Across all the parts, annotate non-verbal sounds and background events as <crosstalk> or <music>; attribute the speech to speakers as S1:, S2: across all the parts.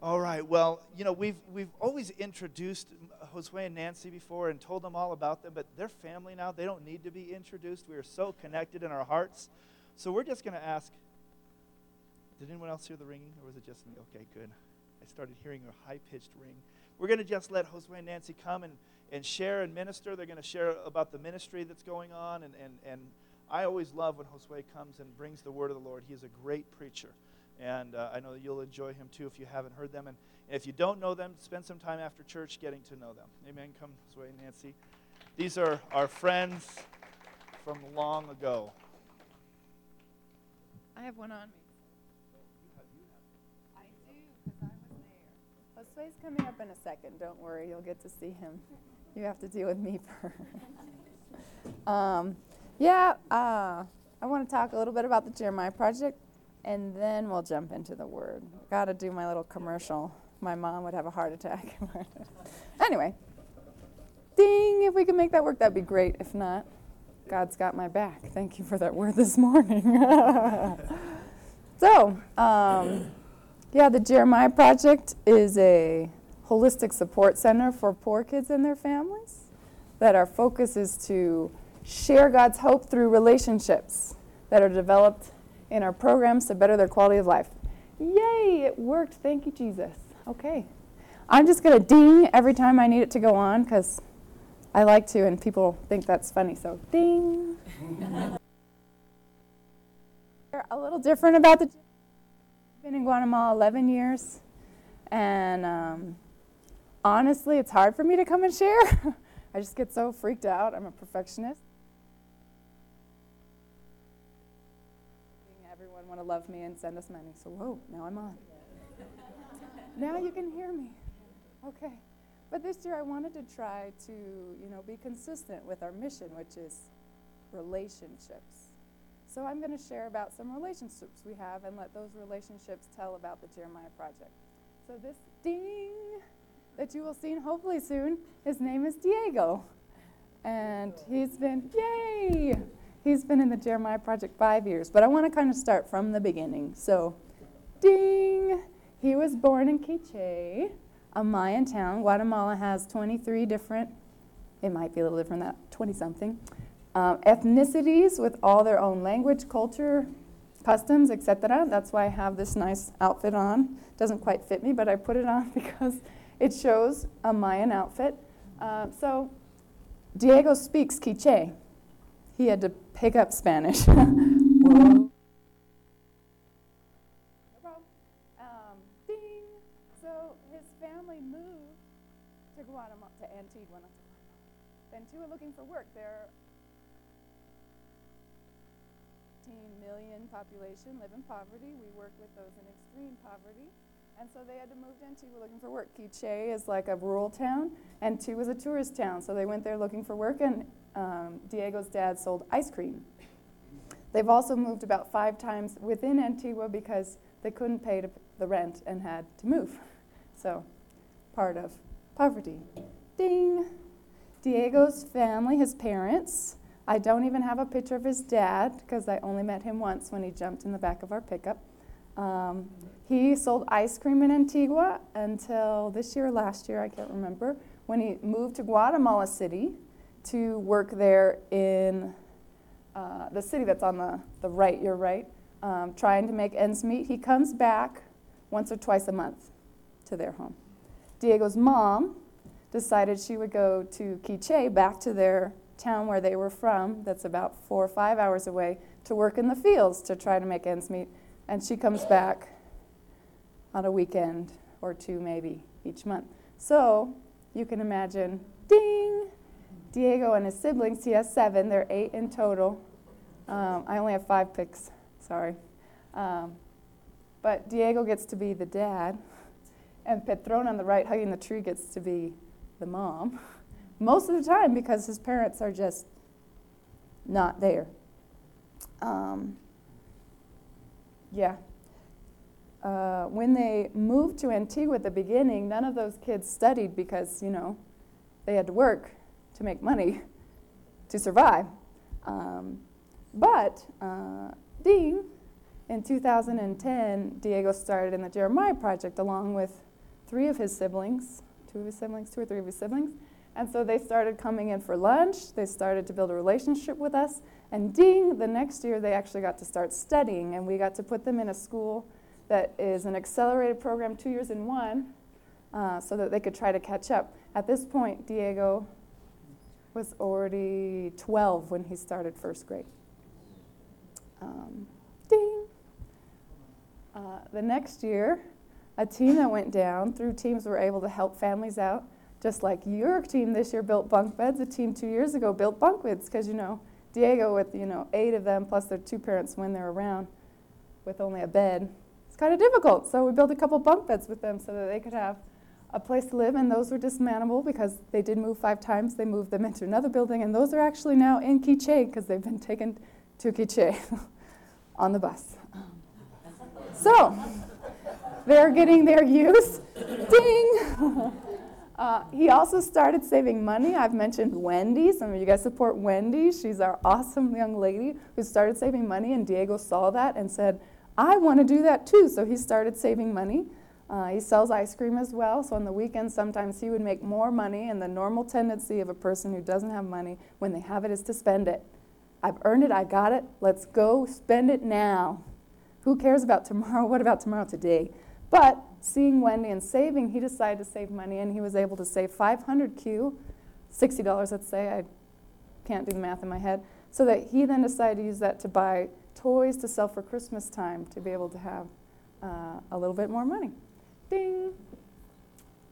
S1: All right. Well, you know, we've, we've always introduced Josue and Nancy before and told them all about them, but they're family now. They don't need to be introduced. We are so connected in our hearts. So we're just going to ask Did anyone else hear the ringing, or was it just me? Okay, good. I started hearing a high pitched ring. We're going to just let Josue and Nancy come and, and share and minister. They're going to share about the ministry that's going on. And, and, and I always love when Josue comes and brings the word of the Lord. He is a great preacher and uh, I know that you'll enjoy him too if you haven't heard them. And, and, if you don't know them, spend some time after church getting to know them. Amen. Come this way, Nancy. These are our friends from long ago.
S2: I have one on me.
S3: I do, because I was there. Josue's coming up in a second. Don't worry, you'll get to see him. You have to deal with me <laughs> first. um, yeah, uh, I want to talk a little bit about the Jeremiah Project and then we'll jump into the word. Got to do my little commercial. My mom would have a heart attack. anyway, ding, if we can make that work, that'd be great. If not, God's got my back. Thank you for that word this morning. <laughs> so, um, yeah, the Jeremiah Project is a holistic support center for poor kids and their families that our focus is to share God's hope through relationships that are developed in our programs to better their quality of life. Yay, it worked. Thank you, Jesus. Okay. I'm just going to ding every time I need it to go on because I like to, and people think that's funny. So, ding. a little different about the. I've been in Guatemala 11 years, and um, honestly, it's hard for me to come and share. <laughs> I just get so freaked out. I'm a perfectionist. want to love me and send us money. So, whoa, now I'm on. <laughs> now you can hear me. Okay. But this year I wanted to try to, you know, be consistent with our mission, which is relationships. So I'm going to share about some relationships we have and let those relationships tell about the Jeremiah Project. So this ding that you will see hopefully soon, his name is Diego. And he's been, yay! he's been in the Jeremiah Project five years, but I want to kind of start from the beginning. So, ding! He was born in Quiche, a Mayan town. Guatemala has 23 different, it might be a little different than that, 20 something, um, ethnicities with all their own language, culture, customs, etc. That's why I have this nice outfit on. Doesn't quite fit me, but I put it on <laughs> because it shows a Mayan outfit. Uh, so, Diego speaks Quiche he had to pick up Spanish. <laughs> no um, ding. So his family moved to Guatemala, to Antigua, not to Guatemala. Then two are looking for work. They're 15 million population live in poverty. We work with those in extreme poverty. And so they had to move to Antigua looking for work. Quiche is like a rural town, and two is a tourist town. So they went there looking for work, and um, Diego's dad sold ice cream. They've also moved about five times within Antigua because they couldn't pay p- the rent and had to move. So, part of poverty. Ding! Diego's family, his parents, I don't even have a picture of his dad because I only met him once when he jumped in the back of our pickup. Um, he sold ice cream in Antigua until this year, last year, I can't remember, when he moved to Guatemala City to work there in uh, the city that's on the, the right, your right, um, trying to make ends meet. He comes back once or twice a month to their home. Diego's mom decided she would go to Quiche, back to their town where they were from, that's about four or five hours away, to work in the fields to try to make ends meet. And she comes back on a weekend or two, maybe, each month. So you can imagine, ding! Diego and his siblings, he has seven, they're eight in total. Um, I only have five picks, sorry. Um, but Diego gets to be the dad, and Petron on the right, hugging the tree, gets to be the mom <laughs> most of the time because his parents are just not there. Um, yeah. Uh, when they moved to Antigua at the beginning, none of those kids studied because, you know, they had to work to make money <laughs> to survive. Um, but, uh, ding, in 2010, Diego started in the Jeremiah Project along with three of his siblings, two of his siblings, two or three of his siblings. And so they started coming in for lunch. They started to build a relationship with us. And ding, the next year they actually got to start studying. And we got to put them in a school that is an accelerated program, two years in one, uh, so that they could try to catch up. At this point, Diego was already 12 when he started first grade. Um, ding. Uh, the next year, a team that went down, through teams, were able to help families out. Just like your team this year built bunk beds, a team two years ago built bunk beds because you know Diego with you know eight of them plus their two parents when they're around with only a bed, it's kind of difficult. So we built a couple bunk beds with them so that they could have a place to live, and those were dismantleable because they did move five times. They moved them into another building, and those are actually now in Quiche because they've been taken to Quiche <laughs> on the bus. Um, so they're getting their use. Ding! <laughs> Uh, he also started saving money. I've mentioned Wendy. Some of you guys support Wendy. She's our awesome young lady who started saving money, and Diego saw that and said, I want to do that too. So he started saving money. Uh, he sells ice cream as well, so on the weekends sometimes he would make more money, and the normal tendency of a person who doesn't have money when they have it is to spend it. I've earned it, I got it, let's go spend it now. Who cares about tomorrow? <laughs> What about tomorrow today? But seeing Wendy and saving, he decided to save money, and he was able to save 500Q, $60, let's say. I can't do the math in my head. So that he then decided to use that to buy toys to sell for Christmas time to be able to have uh, a little bit more money. Ding!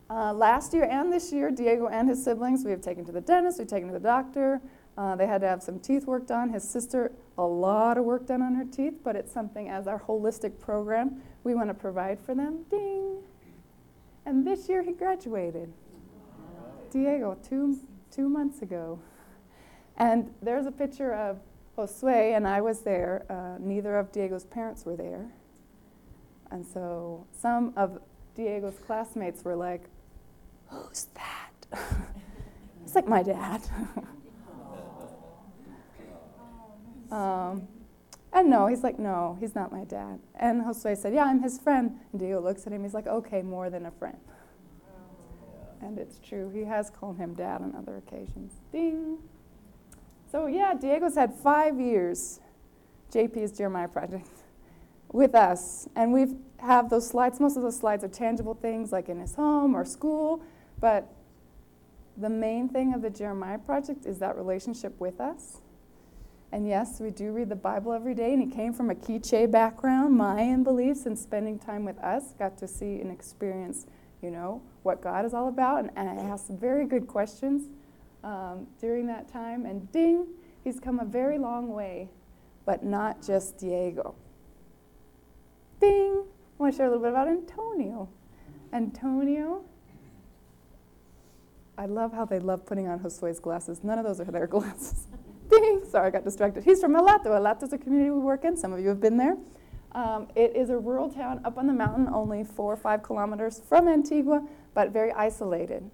S3: Uh, last year and this year, Diego and his siblings, we have taken to the dentist, we've taken to the doctor. Uh, they had to have some teeth work done. His sister, a lot of work done on her teeth, but it's something as our holistic program we want to provide for them. Ding! And this year he graduated. Diego, two, two months ago. And there's a picture of Josue, and I was there. Uh, neither of Diego's parents were there. And so some of Diego's classmates were like, Who's that? <laughs> it's like my dad. um, and no, he's like, No, he's not my dad. And Josue said, Yeah, I'm his friend. And Diego looks at him, he's like, Okay, more than a friend. And it's true, he has called him dad on other occasions. Ding. So, yeah, Diego's had five years, JP's Jeremiah Project, <laughs> with us. And we have those slides. Most of those slides are tangible things like in his home or school. But the main thing of the Jeremiah Project is that relationship with us. And yes, we do read the Bible every day, and he came from a Quiche background, Mayan beliefs, and spending time with us got to see and experience, you know, what God is all about, and, and asked very good questions um, during that time. And ding, he's come a very long way, but not just Diego. Ding, I want to share a little bit about Antonio. Antonio, I love how they love putting on Josue's glasses. None of those are their <laughs> glasses. Ding, <laughs> sorry, I got distracted. He's from Elato. Elato's a community we work in. Some of you have been there. Um, it is a rural town up on the mountain, only four or five kilometers from Antigua, but very isolated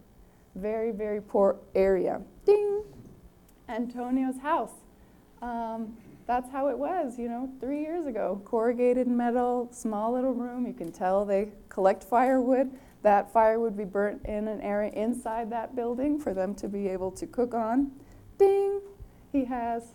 S3: very, very poor area. Ding! Antonio's house. Um, that's how it was, you know, three years ago. Corrugated metal, small little room. You can tell they collect firewood. That firewood would be burnt in an area inside that building for them to be able to cook on. Ding! He has,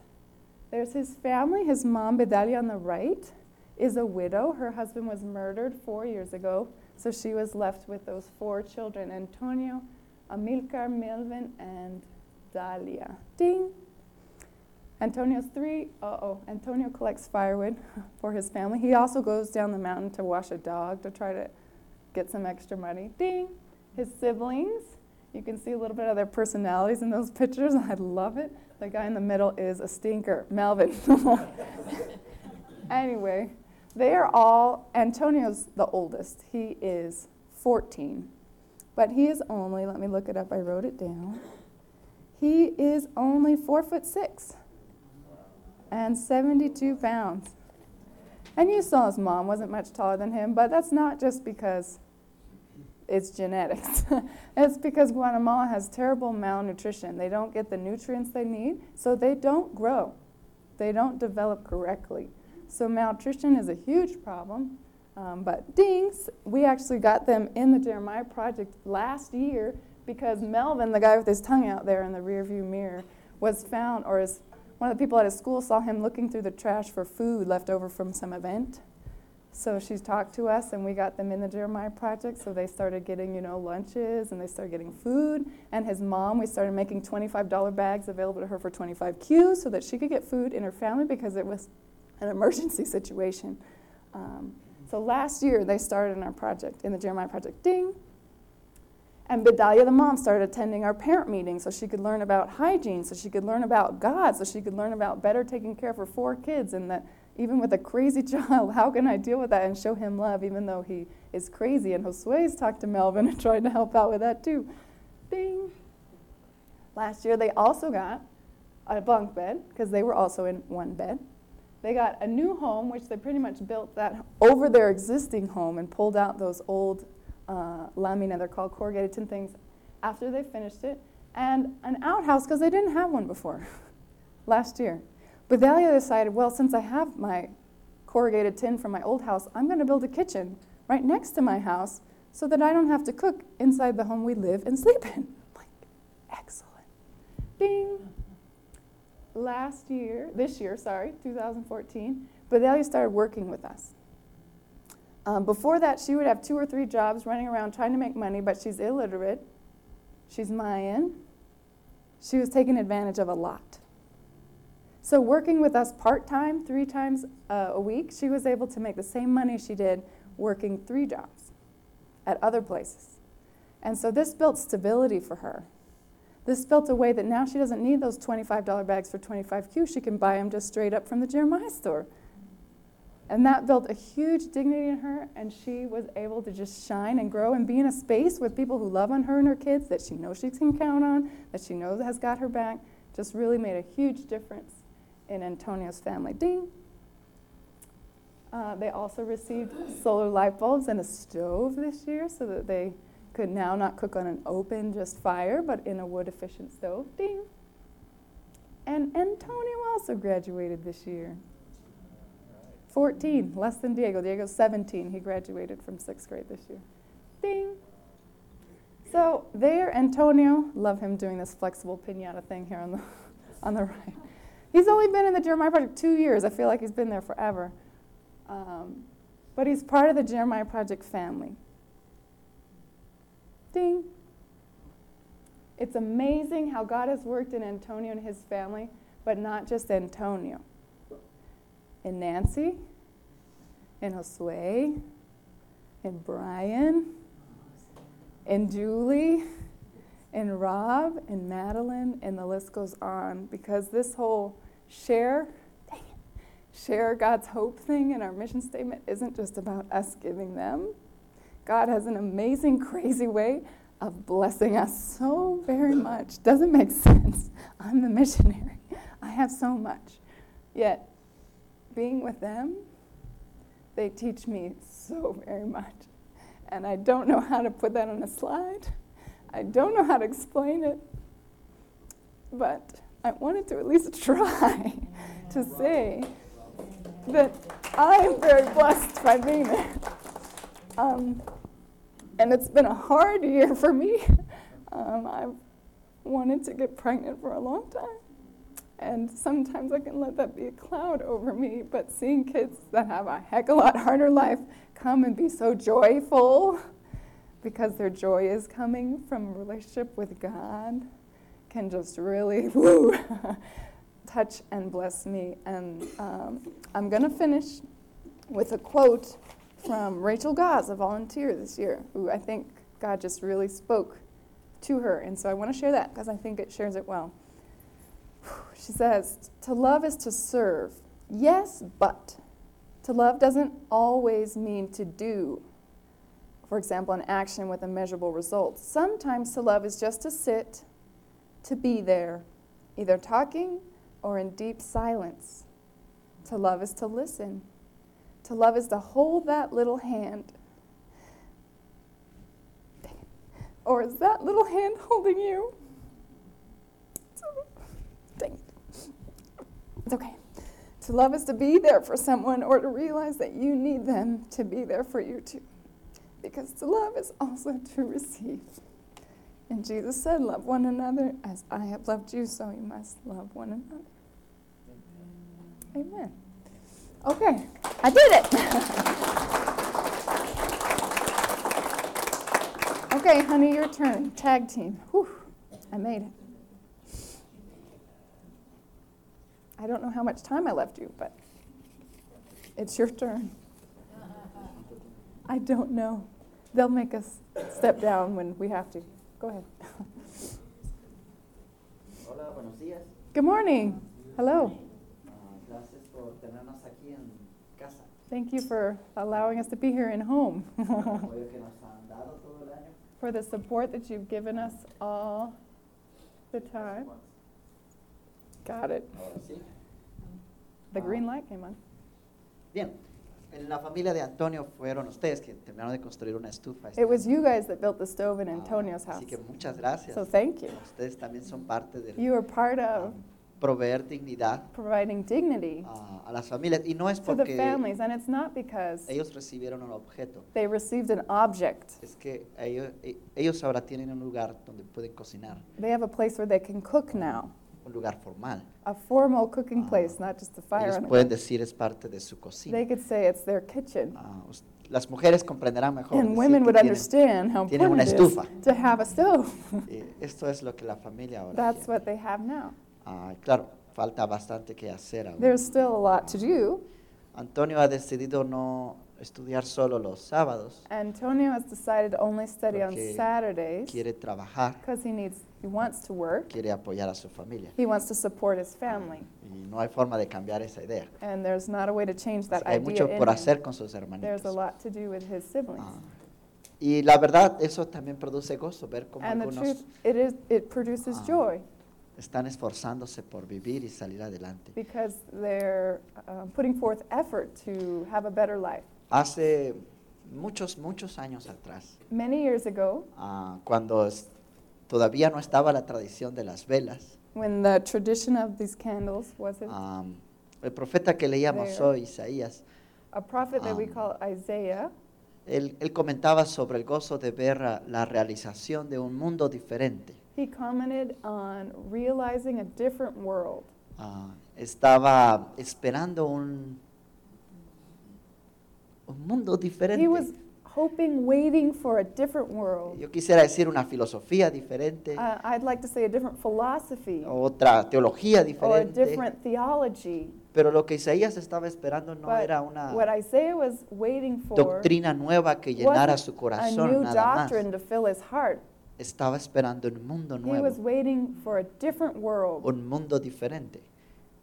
S3: there's his family. His mom, Bedalia, on the right, is a widow. Her husband was murdered four years ago, so she was left with those four children. Antonio, Amilcar, Melvin, and Dahlia. Ding! Antonio's three. Uh oh. Antonio collects firewood <laughs> for his family. He also goes down the mountain to wash a dog to try to get some extra money. Ding! His siblings. You can see a little bit of their personalities in those <laughs> pictures. I love it. The guy in the middle is a stinker, Melvin. <laughs> anyway, they are all. Antonio's the oldest. He is 14. But he is only, let me look it up, I wrote it down. He is only four foot six and 72 pounds. And you saw his mom wasn't much taller than him, but that's not just because it's genetics. <laughs> it's because Guatemala has terrible malnutrition. They don't get the nutrients they need, so they don't grow. They don't develop correctly. So malnutrition is a huge problem. Um, but Dings, we actually got them in the Jeremiah Project last year because Melvin, the guy with his tongue out there in the rearview mirror, was found, or is one of the people at his school saw him looking through the trash for food left over from some event. So she's talked to us, and we got them in the Jeremiah Project. So they started getting, you know, lunches, and they started getting food. And his mom, we started making $25 bags available to her for 25Q, so that she could get food in her family because it was an emergency <laughs> situation. Um, so last year they started in our project, in the Jeremiah Project. Ding. And Bedalia, the mom, started attending our parent meeting so she could learn about hygiene, so she could learn about God, so she could learn about better taking care of her four kids, and that even with a crazy <laughs> child, how can I deal with that and show him love, even though he is crazy? And Josue's talked to Melvin and <laughs> tried to help out with that too. Ding. Last year they also got a bunk bed because they were also in one bed. They got a new home, which they pretty much built that over their existing home and pulled out those old uh, lamina, they're called corrugated tin things, after they finished it, and an outhouse because they didn't have one before <laughs> last year. But Dahlia decided, well, since I have my corrugated tin from my old house, I'm going to build a kitchen right next to my house so that I don't have to cook inside the home we live and sleep in. <laughs> like, excellent. Bing last year, this year, sorry, 2014, Bedelia started working with us. Um, before that, she would have two or three jobs running around trying to make money, but she's illiterate. She's Mayan. She was taken advantage of a lot. So, working with us part time, three times uh, a week, she was able to make the same money she did working three jobs at other places. And so, this built stability for her. This built a way that now she doesn't need those $25 bags for 25Q. She can buy them just straight up from the Jeremiah store. And that built a huge dignity in her, and she was able to just shine and grow and be in a space with people who love on her and her kids that she knows she can count on, that she knows has got her back. Just really made a huge difference in Antonio's family. Ding! Uh, they also received solar light bulbs and a stove this year so that they could now not cook on an open, just fire, but in a wood efficient stove. Ding! And Antonio also graduated this year. 14, less than Diego. Diego's 17. He graduated from sixth grade this year. Ding! So there, Antonio, love him doing this flexible pinata thing here on the, <laughs> on the right. He's only been in the Jeremiah Project two years. I feel like he's been there forever. Um, but he's part of the Jeremiah Project family. Ding. It's amazing how God has worked in Antonio and his family, but not just Antonio. In Nancy, in Josue, in Brian, in Julie, in Rob, in Madeline, and the list goes on because this whole share, dang it, share God's hope thing in our mission statement isn't just about us giving them, God has an amazing, <laughs> crazy way of blessing us so very much. Doesn't make sense. <laughs> I'm the missionary. I have so much. Yet, being with them, they teach me so very much. And I don't know how to put that on a slide. I don't know how to explain it. But I wanted to at least <laughs> try to say that I am very blessed by being there. Um, and it's been a hard year for me. <laughs> Um, I've wanted to get pregnant for a long time. And sometimes I can let that be a cloud over me, but seeing kids that have a heck a lot harder life come and be so joyful <laughs> because their joy is coming from a relationship with God can just really <laughs> woo, touch and bless me. And um, I'm going to finish with a quote from Rachel Goss, a volunteer this year, who I think God just really spoke to her. And so I want to share that because I think it shares it well. <sighs> She says, To love is to serve. Yes, but to love doesn't always mean to do. For example, an action with a measurable result. Sometimes to love is just to sit, to be there, either talking or in deep silence. To love is to listen. To love is to hold that little hand. Or is that little hand holding you? Dang it. It's okay. To love is to be there for someone or to realize that you need them to be there for you too. Because to love is also to receive. And Jesus said, Love one another as I have loved you, so you must love one another. Amen. Okay, I did it. okay, honey, your turn. Tag team. Whew, I made it. I don't know how much time I left you, but it's your turn. I don't know. They'll make us step down when we have to. Go ahead.
S2: Hola, buenos días.
S3: Good morning. Hello.
S2: Uh, gracias por tenernos aquí en
S3: <laughs>
S2: casa.
S3: Thank you for allowing us to be here in home.
S2: Por el apoyo que nos han dado todo el año.
S3: for the support that you've given us all the time. Got it.
S2: Ahora sí.
S3: The green light came on.
S2: Bien. En la familia de Antonio fueron ustedes que terminaron de construir una estufa. este
S3: It was
S2: año.
S3: you guys that built the stove in
S2: Ah,
S3: Antonio's house.
S2: Así que muchas gracias.
S3: So thank you.
S2: ustedes también son parte del
S3: You were part
S2: ah,
S3: of
S2: proveer dignidad
S3: providing dignity
S2: ah, a las familias. Y no es
S3: to the
S2: porque
S3: families, and it's not because
S2: ellos recibieron un objeto.
S3: they received an object.
S2: Es que ellos, e- ellos ahora tienen un lugar donde pueden cocinar,
S3: They have a place where they can cook now,
S2: un lugar formal.
S3: a formal cooking
S2: Ah,
S3: place, not just a fire
S2: Ellos
S3: on
S2: pueden
S3: it.
S2: decir es parte de su cocina.
S3: They could say it's their kitchen.
S2: Ah, us- las mujeres comprenderán mejor.
S3: And
S2: decir
S3: women
S2: que
S3: would
S2: tienen-
S3: understand how
S2: tienen
S3: important
S2: una
S3: it is
S2: estufa. Oh,
S3: to have a stove.
S2: <laughs> eh, esto es lo que la familia ahora
S3: <laughs> That's
S2: tiene.
S3: what they have now.
S2: Ah, claro, falta bastante que hacer aún.
S3: There's still a lot to do.
S2: Antonio ha decidido no estudiar solo los sábados.
S3: Antonio has decided to only study on
S2: Porque
S3: Saturdays
S2: Quiere trabajar,
S3: because he needs he wants to work.
S2: quiere apoyar a su familia.
S3: He wants to support his family.
S2: Y no hay forma de cambiar esa idea.
S3: And there's not a way to change
S2: Así
S3: that
S2: que hay
S3: idea
S2: mucho
S3: in
S2: por
S3: him.
S2: hacer con sus
S3: There's a
S2: hermanitos.
S3: lot to do with his siblings.
S2: Ah, y la verdad, eso también produce gozo, ver cómo
S3: and the
S2: algunos
S3: truth it is it produces
S2: Ah.
S3: joy
S2: están esforzándose por vivir y salir adelante.
S3: because they're um, putting forth effort to have a better life.
S2: Hace muchos, muchos años atrás,
S3: Many years ago,
S2: ah, cuando es- todavía no estaba la tradición de las velas,
S3: when the tradition of these candles wasn't
S2: ah, el profeta que leíamos
S3: There.
S2: hoy, Isaías,
S3: a prophet that we
S2: Ah.
S3: call Isaiah
S2: él, él comentaba sobre el gozo de ver ah, la realización de un mundo diferente.
S3: He commented on realizing a different world.
S2: Ah, estaba esperando un, un
S3: He
S2: mundo
S3: was
S2: diferente.
S3: hoping, waiting for a different world.
S2: Yo quisiera decir una filosofía diferente,
S3: Uh, I'd like to say a different philosophy
S2: otra teología
S3: or a
S2: diferente.
S3: different theology.
S2: Pero lo que Isaías estaba esperando no
S3: But
S2: era una
S3: What Isaiah was waiting for
S2: doctrina nueva que llenara su
S3: wasn't a
S2: corazón
S3: new
S2: nada más.
S3: doctrine to fill his heart.
S2: Estaba esperando un mundo
S3: He was
S2: nuevo,
S3: waiting for a different world,
S2: un mundo diferente,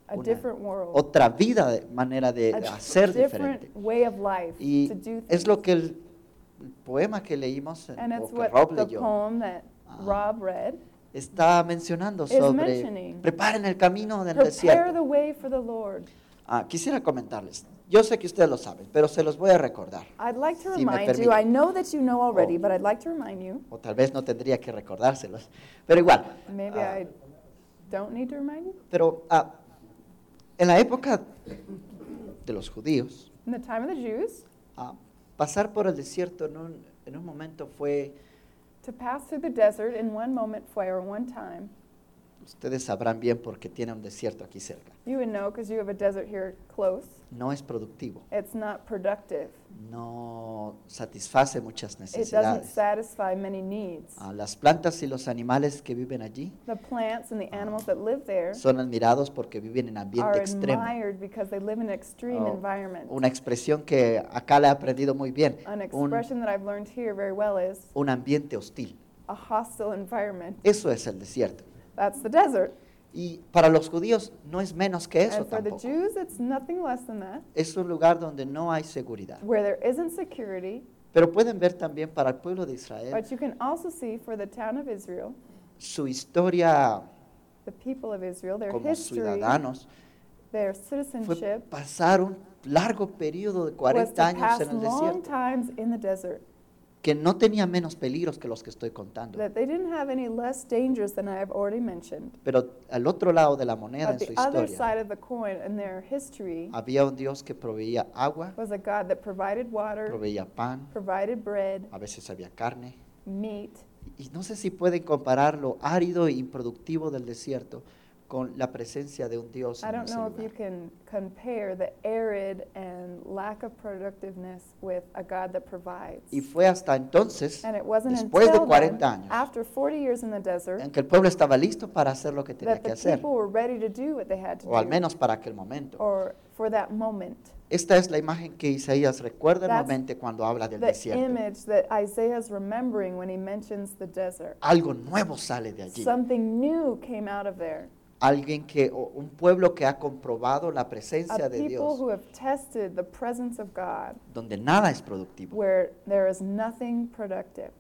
S3: a
S2: una-
S3: different world,
S2: otra vida, de- manera de
S3: a
S2: hacer diferente.
S3: different way of life,
S2: Y
S3: to do
S2: es lo
S3: things.
S2: que el el poema que leímos en-
S3: And
S2: o
S3: it's
S2: que
S3: what
S2: Rob
S3: the
S2: leyó
S3: poem that
S2: Ah.
S3: Rob read
S2: está mencionando
S3: is
S2: sobre
S3: mentioning.
S2: preparen el camino del
S3: Prepare the
S2: desierto.
S3: way for the Lord.
S2: Ah, quisiera comentarles. Yo sé que ustedes lo saben, pero se los voy a recordar.
S3: I'd like to
S2: Si me
S3: remind
S2: permite.
S3: you, I know that you know already,
S2: Oh.
S3: but I'd like to remind you,
S2: O tal vez no tendría que recordárselos, pero igual.
S3: maybe
S2: ah,
S3: I don't need to remind you,
S2: Pero ah, en la época de los judíos,
S3: in the time of the Jews,
S2: ah, pasar por el desierto en un, en un momento fue,
S3: to pass through the desert in one moment, fue, or one time,
S2: ustedes sabrán bien porque tiene un desierto aquí cerca,
S3: you would know because you have a desert here close.
S2: no es productivo,
S3: It's not productive.
S2: no satisface muchas
S3: It doesn't
S2: necesidades.
S3: satisfy many needs.
S2: Ah, las plantas y los animales que viven allí
S3: The plants and the
S2: Ah.
S3: animals that live there
S2: son admirados porque viven en
S3: are
S2: ambiente extremo.
S3: admired because they live in an extreme
S2: Oh, oh,
S3: environment.
S2: Una expresión que acá la he aprendido muy bien,
S3: An
S2: un,
S3: expression that I've learned here very well is
S2: un ambiente hostil.
S3: a hostile environment.
S2: Eso es el desierto.
S3: That's the desert.
S2: Y para los judíos no es menos que eso
S3: And for the
S2: tampoco.
S3: Jews, it's nothing less than that,
S2: es un lugar donde no hay seguridad.
S3: where there isn't security.
S2: Pero pueden ver también para el pueblo de Israel
S3: But you can also see for the town of Israel,
S2: su historia
S3: the people of Israel, their
S2: como
S3: history,
S2: ciudadanos.
S3: their
S2: Fue
S3: citizenship
S2: pasar un largo periodo de
S3: was to
S2: 40 años
S3: pass
S2: en el
S3: long
S2: desierto.
S3: times in the desert.
S2: que no tenía menos peligros que los que estoy contando.
S3: that they didn't have any less dangers than I have already mentioned.
S2: Pero al otro lado de la moneda en
S3: But
S2: su
S3: the other
S2: historia Ah.
S3: side of the coin in their history
S2: había un Dios que proveía agua,
S3: was a God that provided water,
S2: proveía pan,
S3: provided bread,
S2: a veces había carne.
S3: meat.
S2: Y no sé si pueden comparar lo árido e improductivo del desierto con la presencia de un Dios
S3: I
S2: en
S3: don't
S2: ese
S3: know if you
S2: lugar.
S3: can compare the arid and lack of productiveness with a God that provides.
S2: Y fue hasta entonces,
S3: And it wasn't
S2: después de
S3: until then,
S2: 40 años,
S3: after 40 years in the desert,
S2: en que el pueblo estaba listo para hacer lo que tenía
S3: that
S2: que
S3: the
S2: hacer,
S3: people were ready to do what they had to
S2: o al
S3: do,
S2: menos para aquel momento.
S3: or for that moment.
S2: Esta es la imagen que Isaías recuerda
S3: That's
S2: nuevamente cuando habla del
S3: The
S2: desierto.
S3: image that Isaiah's remembering when he mentions the desert.
S2: Algo nuevo sale de allí.
S3: Something new came out of there.
S2: Alguien que, o un pueblo que ha comprobado la
S3: A
S2: presencia de
S3: people
S2: Dios,
S3: who have tested the presence of God
S2: donde nada es productivo.
S3: where there is nothing productive.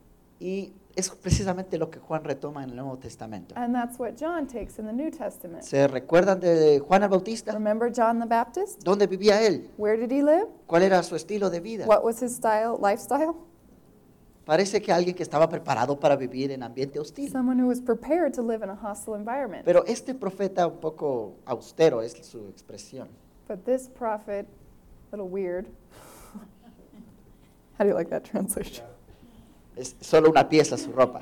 S2: Y es precisamente lo que Juan retoma en el Nuevo Testamento.
S3: And that's what John takes in the New Testament.
S2: ¿Se recuerdan de Juan el Bautista?
S3: Remember John the Baptist?
S2: ¿Dónde vivía él?
S3: Where did he live?
S2: ¿Cuál era su estilo de vida?
S3: What was his style, lifestyle?
S2: Parece que alguien que estaba preparado para vivir en ambiente hostil.
S3: Someone who was prepared to live in a hostile environment.
S2: Pero este profeta un poco austero es su expresión.
S3: But this prophet, a little weird. <laughs> How do you like that translation?
S2: Es solo una pieza su ropa.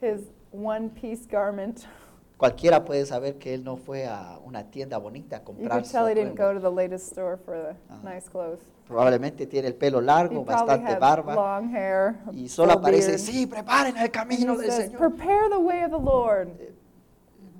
S3: His one piece garment. <laughs>
S2: Cualquiera puede saber que él no fue a una tienda bonita a
S3: You
S2: comprar
S3: could
S2: su
S3: tell he didn't
S2: atuendo.
S3: go to the latest store for the
S2: Ajá.
S3: nice clothes.
S2: Probablemente tiene el pelo
S3: He
S2: largo,
S3: probably
S2: Ah. bastante
S3: had
S2: barba
S3: long hair. a
S2: y solo
S3: full
S2: aparece,
S3: beard.
S2: sí, preparen el
S3: And he
S2: camino del
S3: says,
S2: Señor.
S3: Prepare the way of the Lord.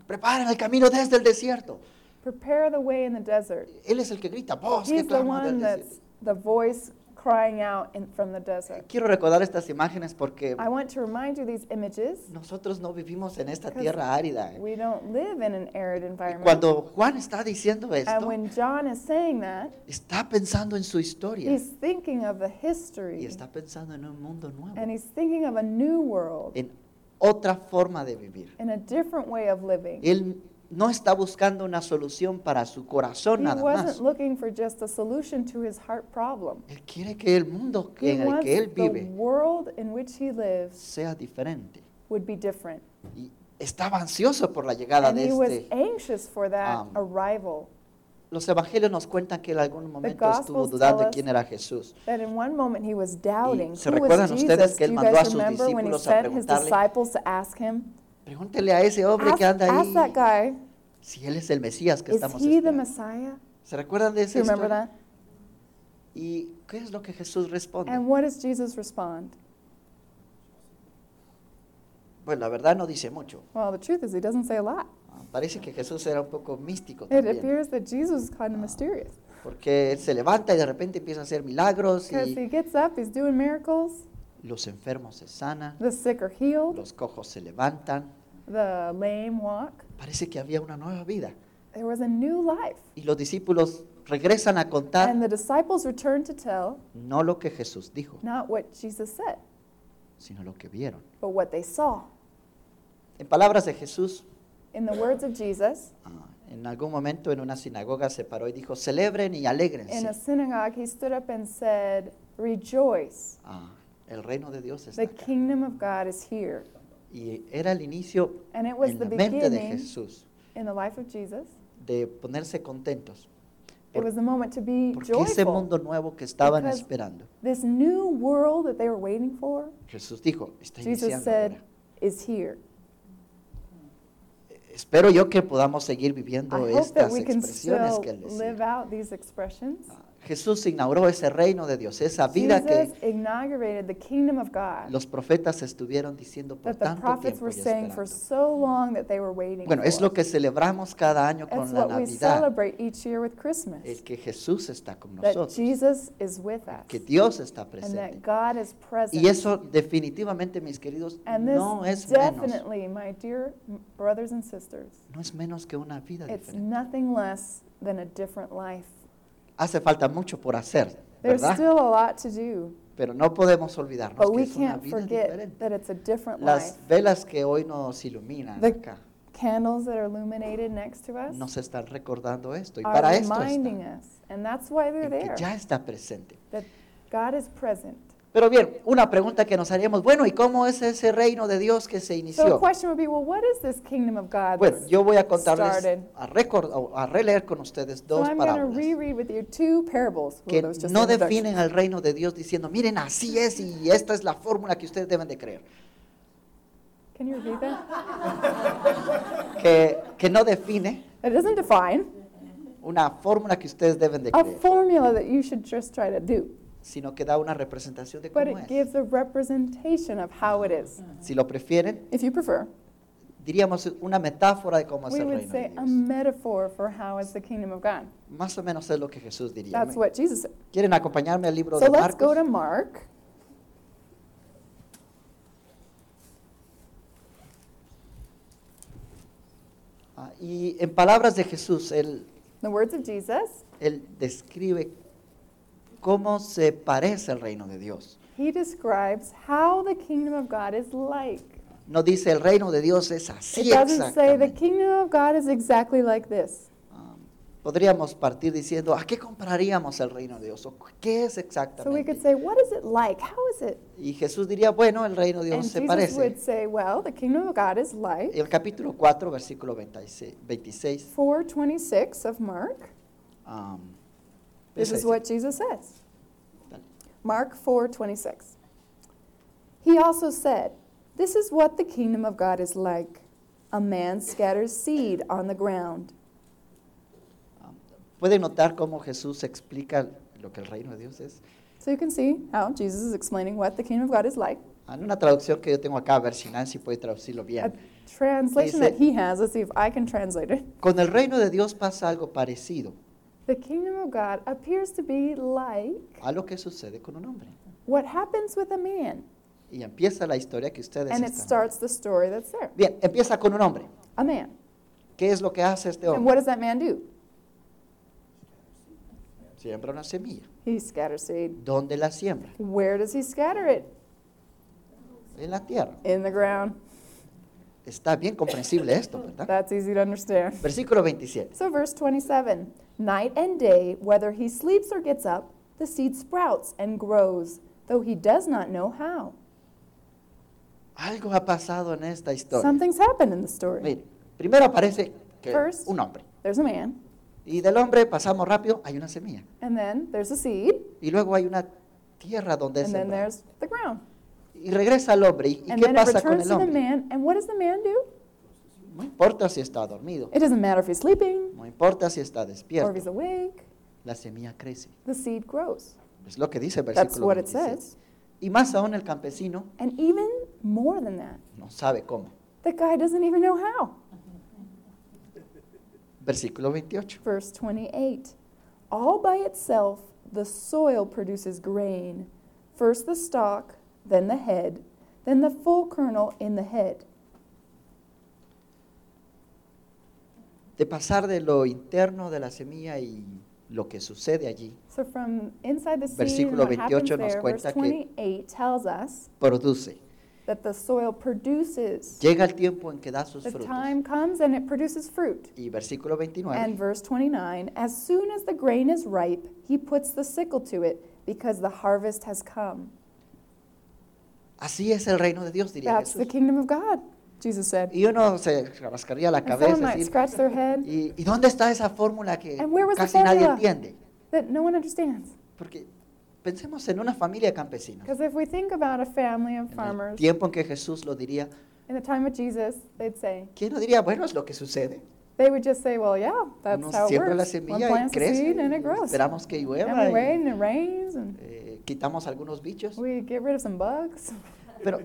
S2: Preparen el camino desde el desierto.
S3: Prepare the way in the desert.
S2: Él es el que grita, voz que
S3: He's the
S2: clama del
S3: one
S2: desierto.
S3: that's the voice crying out in, from the desert.
S2: Quiero recordar estas imágenes porque
S3: I want to remind you these images.
S2: nosotros no vivimos en esta
S3: Because
S2: tierra árida. ¿eh?
S3: We don't live in an arid
S2: Y
S3: environment.
S2: Cuando Juan está diciendo
S3: and
S2: esto,
S3: when John is saying that,
S2: está pensando en su historia
S3: he's thinking of the
S2: y
S3: history
S2: está pensando en un mundo
S3: and
S2: nuevo,
S3: he's thinking of a new world
S2: en otra forma de vivir.
S3: and a different way of living.
S2: Él no está buscando una solución para su corazón
S3: he
S2: nada
S3: wasn't
S2: más.
S3: looking for just a solution to his heart problem.
S2: Él quiere que el mundo que-
S3: He
S2: en el
S3: wants
S2: que él
S3: the
S2: vive
S3: world in which he lives
S2: sea diferente.
S3: would be different.
S2: Y estaba ansioso por la llegada
S3: And
S2: de
S3: he was
S2: este.
S3: anxious for that
S2: um,
S3: arrival.
S2: Los evangelios nos cuentan que él en algún momento estuvo
S3: Gospels
S2: dudando de
S3: tell us
S2: quién era Jesús.
S3: That in one moment he was doubting.
S2: Y se
S3: Who
S2: recuerdan
S3: was Jesus?
S2: ustedes que él
S3: Do you
S2: mandó a
S3: guys
S2: sus
S3: remember when he
S2: discípulos a
S3: sent his
S2: preguntarle,
S3: disciples to ask him?
S2: Pregúntele a ese hombre
S3: Ask,
S2: que anda
S3: ask
S2: ahí
S3: that guy,
S2: si él es el Mesías que
S3: is
S2: estamos
S3: he the
S2: esperando.
S3: Messiah?
S2: ¿Se recuerdan de
S3: Do you
S2: esa
S3: remember
S2: historia?
S3: that?
S2: ¿Y qué es lo que Jesús responde?
S3: And what does Jesus respond?
S2: Pues la verdad no dice mucho.
S3: Well, the truth is, he doesn't say a lot.
S2: Ah, Parece que Jesús era un poco místico
S3: It
S2: también,
S3: appears that Jesus is kind
S2: Ah.
S3: of mysterious.
S2: porque él se levanta y de repente empieza a hacer milagros
S3: Because he
S2: y
S3: gets up, he's doing miracles,
S2: los enfermos se sanan,
S3: the sick are healed,
S2: los cojos se levantan.
S3: the lame walk.
S2: Parece que había una nueva vida.
S3: There was a new life.
S2: Y los discípulos regresan a
S3: And
S2: contar
S3: the disciples returned to tell
S2: no lo que Jesús dijo,
S3: not what Jesus said,
S2: sino lo que vieron.
S3: but what they saw.
S2: En palabras de Jesús,
S3: In the words of Jesus,
S2: ah, en algún momento en una sinagoga se paró y dijo, celebren y
S3: in a
S2: alégrense.
S3: synagogue, he stood up and said, Rejoice,
S2: Ah, el reino de Dios está
S3: the
S2: acá.
S3: kingdom of God is here.
S2: Y era el inicio
S3: And it was
S2: en
S3: the
S2: la mente de
S3: beginning
S2: Jesús
S3: in the life of Jesus.
S2: de ponerse contentos
S3: It
S2: Por-
S3: was the moment to be
S2: porque ese
S3: joyful.
S2: mundo nuevo que estaban
S3: Because-
S2: esperando.
S3: This new world that they were waiting for,
S2: Jesús dijo, está
S3: Jesus
S2: iniciando
S3: said,
S2: ahora.
S3: is here.
S2: Espero yo que podamos seguir
S3: I
S2: viviendo
S3: hope that
S2: estas
S3: we can
S2: expresiones
S3: still
S2: que él
S3: live
S2: decía.
S3: out these expressions.
S2: Ah, Jesús inauguró ese reino de Dios, esa vida
S3: Jesus
S2: que
S3: inaugurated the kingdom of God
S2: los profetas estuvieron diciendo por
S3: that the
S2: tanto
S3: prophets
S2: tiempo
S3: were
S2: y
S3: saying for
S2: esperando.
S3: so long that they were waiting
S2: Bueno, es
S3: for.
S2: lo que celebramos cada año
S3: That's
S2: con la
S3: what we
S2: Navidad,
S3: celebrate each year with Christmas.
S2: el que Jesús está con
S3: that
S2: nosotros,
S3: Jesus is with us
S2: que Dios está
S3: and that
S2: presente.
S3: God is present.
S2: Y eso definitivamente, mis queridos,
S3: and this
S2: no es menos,
S3: definitely, my dear m- brothers and sisters,
S2: no es menos que una vida
S3: it's
S2: diferente.
S3: nothing less than a different life.
S2: Hace falta mucho por hacer,
S3: There's
S2: ¿verdad?
S3: still a lot to do,
S2: Pero no podemos olvidarnos
S3: but
S2: que
S3: we
S2: es una
S3: can't
S2: vida
S3: forget
S2: diferente.
S3: that it's a different life.
S2: Las velas que hoy nos iluminan
S3: The-
S2: acá
S3: Candles that are illuminated next to us
S2: nos están recordando esto y para
S3: are
S2: esto
S3: reminding
S2: está,
S3: us, and that's why they're
S2: en que
S3: there,
S2: ya está presente.
S3: that God is present.
S2: Pero bien, una pregunta que nos haríamos, bueno, ¿y cómo es ese reino de Dios que se
S3: So the
S2: inició?
S3: question would be, well, what is this kingdom of God?
S2: Bueno,
S3: that's
S2: yo voy a contarles,
S3: started?
S2: a, record- o a releer con ustedes
S3: So
S2: dos
S3: I'm going to
S2: parábolas
S3: reread with you two parables. Ooh,
S2: que
S3: that was just
S2: no
S3: the introduction.
S2: definen al reino de Dios diciendo, miren,
S3: <laughs>
S2: así es y esta es la fórmula que ustedes deben de creer.
S3: Can you repeat that?
S2: Que, que no define
S3: It doesn't define
S2: una fórmula que ustedes deben de
S3: a
S2: creer,
S3: formula that you should just try to do,
S2: sino que da una representación de
S3: but
S2: cómo
S3: it
S2: es.
S3: gives a representation of how it is.
S2: Si lo prefieren,
S3: If you prefer,
S2: diríamos una metáfora de cómo es
S3: we
S2: el
S3: would
S2: reino de
S3: say um, a
S2: Dios.
S3: metaphor for how is the kingdom of God.
S2: Más o menos es lo que Jesús diría.
S3: That's
S2: Amén.
S3: what Jesus said.
S2: ¿Quieren acompañarme al libro
S3: So
S2: de
S3: let's go
S2: Marcos?
S3: to Mark.
S2: Ah, y en palabras de Jesús, él,
S3: The words of Jesus,
S2: él describe cómo se parece el reino de Dios.
S3: he describes how the kingdom of God is like.
S2: No dice el reino de Dios es
S3: It
S2: así
S3: doesn't say the
S2: exactamente.
S3: kingdom of God is exactly like this.
S2: Ah, podríamos partir diciendo, ¿a qué compararíamos el reino de Dios? ¿O qué es
S3: So we could
S2: exactamente?
S3: say, what is it like? How is it?
S2: Y Jesús diría, bueno, el reino de
S3: And
S2: Dios se
S3: Jesus
S2: parece.
S3: would say, well, the kingdom of God is like.
S2: El capítulo 4, versículo 26. 26,
S3: 426 of Mark.
S2: ah,
S3: This is
S2: 26.
S3: what Jesus says.
S2: Dale.
S3: Mark 4:26. He also said, "This is what the kingdom of God is like. A man scatters seed on the ground."
S2: Ah, Pueden notar cómo Jesús explica lo que el reino de Dios es.
S3: So you can see how Jesus is explaining what the kingdom of God is like.
S2: Ah, En una traducción que yo tengo acá, a ver si Nancy puede traducirlo
S3: A
S2: bien.
S3: translation
S2: Dice-
S3: that he has, let's see if I can translate it.
S2: Con el reino de Dios pasa algo parecido
S3: The kingdom of God appears to be like
S2: a lo que sucede con un hombre.
S3: what happens with a man.
S2: Y empieza la historia que ustedes
S3: And it
S2: están.
S3: starts the story that's there.
S2: Bien, empieza con un hombre.
S3: A man.
S2: ¿Qué es lo que hace este
S3: And
S2: hombre?
S3: what does that man do?
S2: Siembra una semilla.
S3: He scatters seed.
S2: ¿Dónde la siembra?
S3: Where does he scatter it?
S2: En la tierra.
S3: In the ground.
S2: Está bien comprensible esto, ¿verdad?
S3: That's easy to understand.
S2: Versículo 27.
S3: So, verse 27 Night and day, whether he sleeps or gets up, the seed sprouts and grows, though he does not know how.
S2: Algo ha pasado en esta historia.
S3: Something's happened in the story.
S2: Miren, primero aparece que
S3: First.
S2: un hombre.
S3: There's a man,
S2: Y del hombre pasamos rápido, hay una semilla.
S3: and then there's a seed,
S2: Y luego hay una tierra donde es
S3: and then
S2: sembrada.
S3: there's the ground.
S2: Y regresa al hombre. ¿Y y
S3: And
S2: qué
S3: then it
S2: pasa con
S3: returns to
S2: el
S3: the
S2: hombre?
S3: man, and what does the man do?
S2: No importa si está dormido,
S3: It doesn't matter if he's sleeping
S2: no importa si está
S3: or if he's
S2: despierto,
S3: awake,
S2: la semilla crece.
S3: the seed grows.
S2: Es lo que dice el
S3: That's
S2: versículo
S3: what it
S2: 27.
S3: says.
S2: Y más aún el campesino
S3: And even more than that,
S2: no sabe cómo.
S3: the guy doesn't even know how.
S2: Versículo 28.
S3: Verse 28 All by itself the soil produces grain, first the stalk, then the head, then the full kernel in the head.
S2: De pasar de lo interno de la semilla y lo que sucede allí,
S3: So from inside the seed, and
S2: Versículo
S3: what happens
S2: 28 nos
S3: there, verse
S2: cuenta que-
S3: 28 tells us
S2: produce.
S3: that the soil produces.
S2: Llega el tiempo en que da sus
S3: The
S2: frutos.
S3: time comes and it produces fruit.
S2: Y versículo 29.
S3: And verse 29 As soon as the grain is ripe, he puts the sickle to it because the harvest has come.
S2: Así es el reino de Dios, diría
S3: That's the
S2: Jesús.
S3: kingd of God, Jesus said.
S2: Y uno se rascaría la
S3: And someone
S2: cabeza.
S3: might
S2: así,
S3: scratch their head
S2: ¿Y, y dónde está esa fórmula que
S3: And where was the
S2: casi nadie
S3: formula?
S2: entiende?
S3: that no one understands.
S2: Porque pensemos en una familia campesina.
S3: Because if we think about a family of
S2: En el
S3: farmers
S2: tiempo en que Jesús lo diría,
S3: in the time of Jesus, they'd say,
S2: ¿quién no diría, bueno, es lo que sucede?
S3: they would just say, well, yeah, that's
S2: Uno
S3: how it
S2: siembra la
S3: works. One
S2: semilla y
S3: plants a
S2: crece,
S3: seed and it
S2: y
S3: grows. And
S2: esperamos que
S3: we
S2: llueva,
S3: wait and
S2: y,
S3: it rains and
S2: eh, quitamos algunos bichos,
S3: we get rid of some bugs.
S2: pero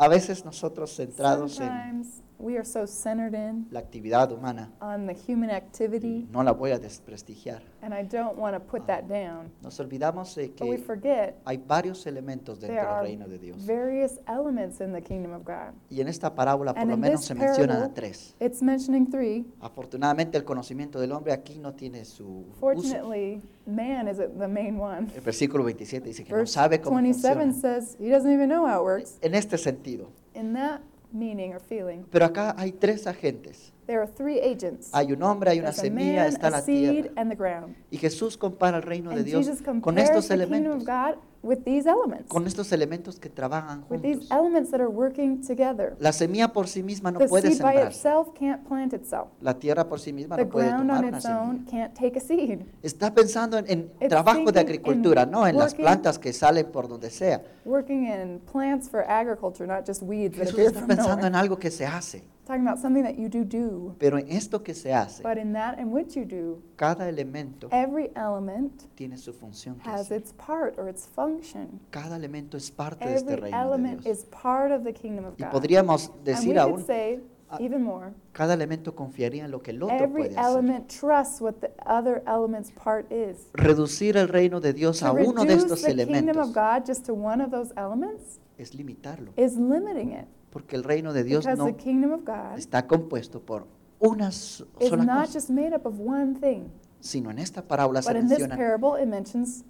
S2: a veces nosotros centrados en
S3: Sometimes we are so centered in
S2: la actividad humana,
S3: on the human
S2: y
S3: activity,
S2: no la voy a desprestigiar,
S3: and I don't want to put that down.
S2: nos olvidamos de
S3: But we
S2: que
S3: forget
S2: hay varios elementos
S3: there
S2: dentro del
S3: are
S2: reino de Dios.
S3: various elements in the kingdom of God.
S2: Y en esta parábola por
S3: And
S2: lo
S3: in
S2: menos
S3: this
S2: se mencionan a
S3: parable-
S2: tres.
S3: It's mentioning three.
S2: Afortunadamente el conocimiento del hombre aquí no tiene su uso.
S3: Fortunately, man is the main one.
S2: El versículo 27 dice que no
S3: Verse
S2: sabe cómo
S3: 27
S2: funciona.
S3: says he doesn't even know how it works.
S2: En este sentido,
S3: In that meaning or feeling.
S2: Pero acá hay tres agentes.
S3: There are three agents.
S2: Hay un hombre, hay una
S3: There's a
S2: semilla,
S3: man,
S2: está
S3: a
S2: la
S3: seed,
S2: tierra.
S3: and the ground.
S2: Y Jesús compara el reino de
S3: And
S2: Dios
S3: Jesus
S2: con
S3: compares
S2: estos
S3: the kingdom of
S2: elementos,
S3: God with these elements,
S2: con estos elementos que trabajan
S3: with these
S2: juntos.
S3: elements that are working together.
S2: La semilla por sí misma no
S3: The
S2: puede
S3: seed by
S2: sembrarse.
S3: itself can't plant itself.
S2: La tierra por sí misma
S3: The
S2: no puede
S3: ground
S2: tomar
S3: on
S2: una
S3: its own
S2: semilla.
S3: can't take a seed.
S2: Está pensando en, en
S3: It's
S2: trabajo de
S3: thinking in
S2: agricultura, no en las
S3: working-
S2: plantas que salen por donde sea.
S3: Working in plants for agriculture, not just weeds that
S2: Jesús
S3: appear
S2: está <laughs>
S3: from
S2: pensando
S3: nowhere.
S2: en algo que se hace,
S3: Talking about something that you do do,
S2: pero en esto que se hace,
S3: but in that in which you do,
S2: cada elemento
S3: every element
S2: tiene su función. que
S3: has
S2: hacer.
S3: its part or its function.
S2: Cada elemento es parte de este
S3: Every
S2: reino de
S3: element
S2: Dios.
S3: is part of the kingdom of
S2: Y
S3: God.
S2: podríamos
S3: and we
S2: decir
S3: could
S2: aún,
S3: say
S2: Ah.
S3: even more.
S2: cada elemento confiaría en lo que el otro
S3: Every
S2: puede hacer.
S3: element trusts what the other element's part is.
S2: Reducir el reino de Dios
S3: To
S2: a uno de
S3: reduce
S2: estos
S3: the kingdom
S2: elementos
S3: of God just to one of those elements
S2: es limitarlo,
S3: is limiting it.
S2: porque el reino de Dios
S3: because
S2: no
S3: the kingdom of God
S2: está compuesto por una so-
S3: is
S2: sola
S3: not
S2: cosa,
S3: just made up of one thing.
S2: sino en esta parábola se
S3: But in this
S2: menciona,
S3: parable, it mentions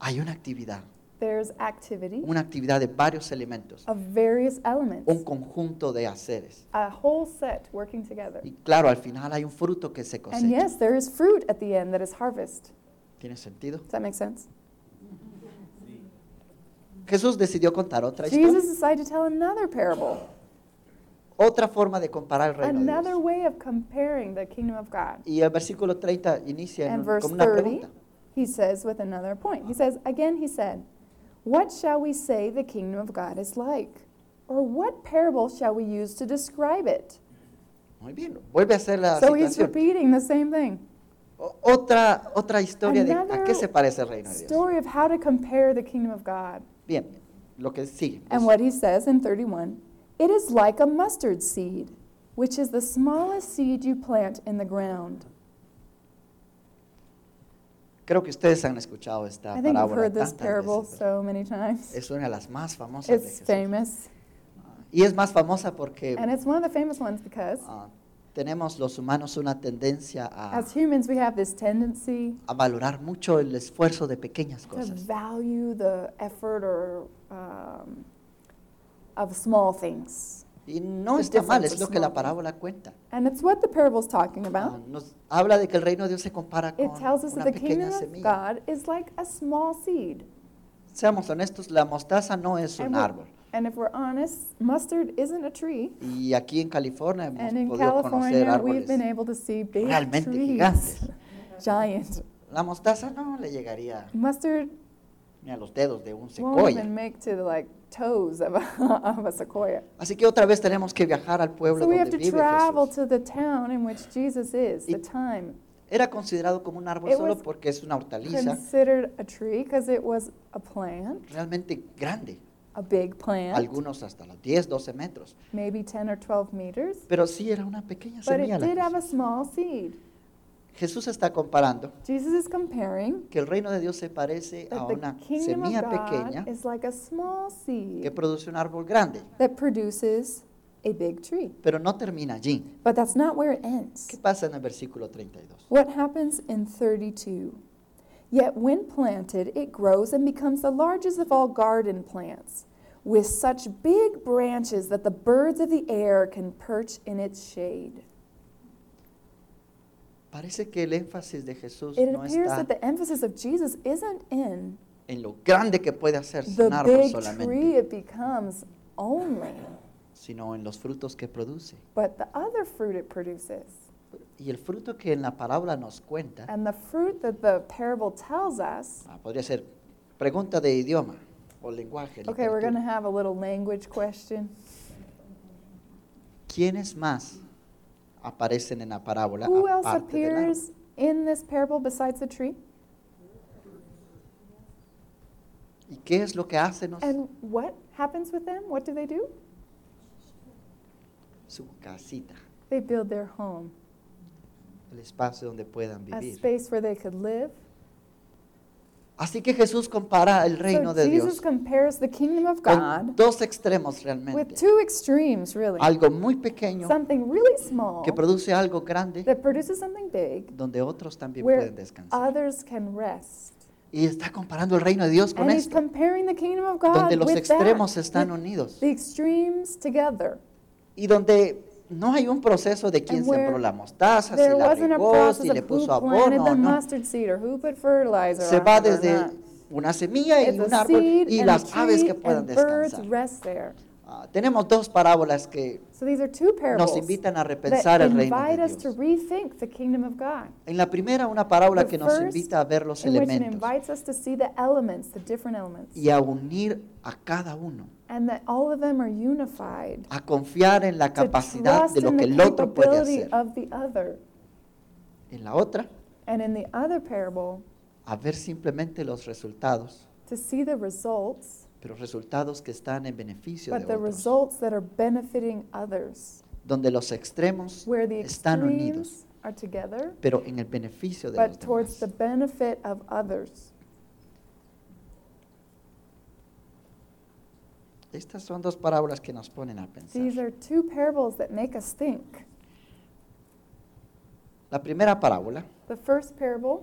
S2: hay una actividad,
S3: there's activity
S2: una actividad de varios elementos,
S3: of various elements,
S2: un conjunto de haceres.
S3: a whole set working together.
S2: Y claro, al final hay un fruto que se
S3: And
S2: cosecha.
S3: yes, there is fruit at the end that is harvest.
S2: ¿Tiene sentido?
S3: Does that make sense?
S2: Jesús decidió contar otra
S3: Jesus
S2: historia,
S3: decided to tell another parable,
S2: otra forma de comparar el reino de
S3: another
S2: Dios.
S3: way of comparing the kingdom of God.
S2: Y el versículo 30 inicia en
S3: And
S2: un-
S3: verse
S2: con una
S3: 30,
S2: pregunta.
S3: he says with another point. He says, Again, he said, What shall we say the kingdom of God is like? Or what parable shall we use to describe it?
S2: Muy bien, vuelve a hacer la
S3: So he's
S2: situación.
S3: repeating the same thing.
S2: O- Otra, otra historia de a
S3: Another
S2: qué se parece el reino de Dios.
S3: Story of how to compare the kingdom of God.
S2: Bien, lo que sigue. pues,
S3: And what he says in 31 It is like a mustard seed, which is the smallest seed you plant in the ground.
S2: creo que ustedes han escuchado esta
S3: I think I've
S2: parábola
S3: heard this
S2: tantas
S3: parable
S2: veces.
S3: so many times.
S2: Es una de las más famosas de
S3: It's
S2: Jesús. Ah,
S3: famous.
S2: Y es más famosa porque
S3: And it's one of the famous ones because
S2: ah, tenemos los humanos una tendencia a,
S3: As humans, we have this tendency
S2: a valorar mucho el esfuerzo de pequeñas
S3: to
S2: cosas.
S3: value the effort or um, of small things,
S2: Y no
S3: The
S2: está mal,
S3: difference
S2: es lo
S3: is
S2: que
S3: small
S2: la
S3: things.
S2: parábola cuenta.
S3: and it's what the parable's talking
S2: Ah,
S3: about.
S2: nos habla de que el reino de Dios se compara con
S3: It tells us that
S2: una
S3: the
S2: pequeña
S3: kingdom of
S2: semilla.
S3: God is like a small seed,
S2: Seamos honestos, la mostaza no es un
S3: And we-
S2: árbol.
S3: and if we're honest, mustard isn't a tree.
S2: Y aquí en California hemos
S3: And in
S2: podido
S3: California,
S2: conocer
S3: we've
S2: árboles.
S3: been able to see big
S2: realmente
S3: trees, <laughs>
S2: gigantes.
S3: giant.
S2: La mostaza no le llegaría
S3: Mustard
S2: ni a los dedos de un
S3: won't
S2: secoya.
S3: even make to the like toes of a, <laughs> of a sequoia.
S2: Así que otra vez tenemos que viajar al pueblo
S3: So we have
S2: donde
S3: to
S2: vive
S3: travel
S2: Jesús.
S3: to the town in which Jesus is, the
S2: Y-
S3: time.
S2: Era considerado como un árbol
S3: It
S2: solo
S3: was
S2: porque es una hortaliza
S3: considered a tree because it was a plant,
S2: realmente grande,
S3: a big plant,
S2: algunos hasta los 10, 12 metros.
S3: maybe 10 or 12 meters,
S2: Pero sí era una pequeña
S3: but
S2: semilla.
S3: it
S2: la
S3: did
S2: que
S3: have
S2: se-
S3: a small seed.
S2: Jesús está comparando
S3: Jesus is comparing
S2: que el reino de Dios se parece a
S3: that the
S2: Oh, una
S3: kingdom of
S2: semilla
S3: God
S2: pequeña
S3: is like a small
S2: que
S3: seed
S2: produce un árbol grande.
S3: that produces a big tree.
S2: Pero no termina allí.
S3: But that's not where it
S2: ¿Qué
S3: ends.
S2: pasa en el versículo 32?
S3: What happens in 32? Yet when planted, it grows and becomes the largest of all garden plants, with such big branches that the birds of the air can perch in its shade.
S2: Parece que el énfasis de Jesús
S3: It
S2: no
S3: appears
S2: está
S3: that the emphasis of Jesus isn't in
S2: en lo grande que puede hacerse
S3: the
S2: un árbol
S3: big tree
S2: solamente,
S3: it becomes only,
S2: sino en los frutos que produce.
S3: but the other fruit it produces.
S2: Y el fruto que en la parábola nos cuenta
S3: And the fruit that the parable tells us.
S2: ah, podría ser pregunta de idioma o lenguaje.
S3: Okay, we're going to
S2: literatura.
S3: have a little language question.
S2: ¿Quiénes más aparecen en la parábola?
S3: Who else
S2: aparte del árbol?
S3: appears in this parable besides the tree?
S2: ¿Y qué es lo que hacen? los-
S3: And what happens with them? What do they do?
S2: Su casita,
S3: They build their home,
S2: el espacio donde puedan
S3: a
S2: vivir.
S3: space where they could live.
S2: Así que Jesús compara el reino
S3: So
S2: de
S3: Jesus
S2: Dios
S3: compares the kingdom of
S2: con
S3: God
S2: dos extremos
S3: with
S2: realmente.
S3: two extremes, really.
S2: Algo muy pequeño
S3: Something really small
S2: que produce algo grande
S3: that produces something big
S2: donde otros también
S3: where
S2: pueden descansar.
S3: others can rest.
S2: Y está comparando el reino de Dios con
S3: And he's
S2: esto,
S3: comparing the kingdom of God
S2: donde los
S3: with that,
S2: extremos están
S3: with
S2: unidos.
S3: the extremes together.
S2: y donde no hay un proceso de quién
S3: And
S2: sembró
S3: where
S2: la mostaza, si
S3: There
S2: la
S3: wasn't a
S2: regó,
S3: process
S2: si le
S3: of who
S2: puso
S3: planted
S2: abono o
S3: the
S2: no.
S3: mustard seed or who put fertilizer
S2: Se
S3: on
S2: va
S3: it or
S2: desde
S3: not.
S2: una semilla y
S3: It's
S2: un
S3: a
S2: árbol
S3: seed
S2: y
S3: and a
S2: las aves que
S3: tree
S2: puedan
S3: and birds
S2: descansar.
S3: rest there.
S2: Ah, tenemos dos parábolas que
S3: So these are two parables
S2: nos invitan a
S3: that
S2: repensar el reino
S3: invite
S2: de
S3: us to
S2: Dios.
S3: rethink the kingdom of God.
S2: En la primera, una parábola
S3: The
S2: que nos
S3: first,
S2: invita a ver los
S3: in which it
S2: elementos
S3: invites us to see the elements, the different elements,
S2: y a unir a cada uno,
S3: and that all of them are unified.
S2: a confiar en la
S3: to
S2: capacidad
S3: trust
S2: de lo
S3: in
S2: que
S3: the
S2: el otro puede
S3: capability
S2: hacer.
S3: of the other.
S2: En la otra,
S3: And in the other parable,
S2: a ver simplemente los resultados,
S3: to see the results,
S2: pero resultados que están en beneficio
S3: but
S2: de
S3: the
S2: otros,
S3: results that are benefiting others,
S2: donde los extremos
S3: where the
S2: están unidos,
S3: extremes are together,
S2: pero en el beneficio de
S3: but
S2: los
S3: towards the
S2: demás.
S3: benefit of others.
S2: Estas son dos parábolas que nos ponen a
S3: These
S2: pensar.
S3: are two parables that make us think.
S2: La primera parábola
S3: The first parable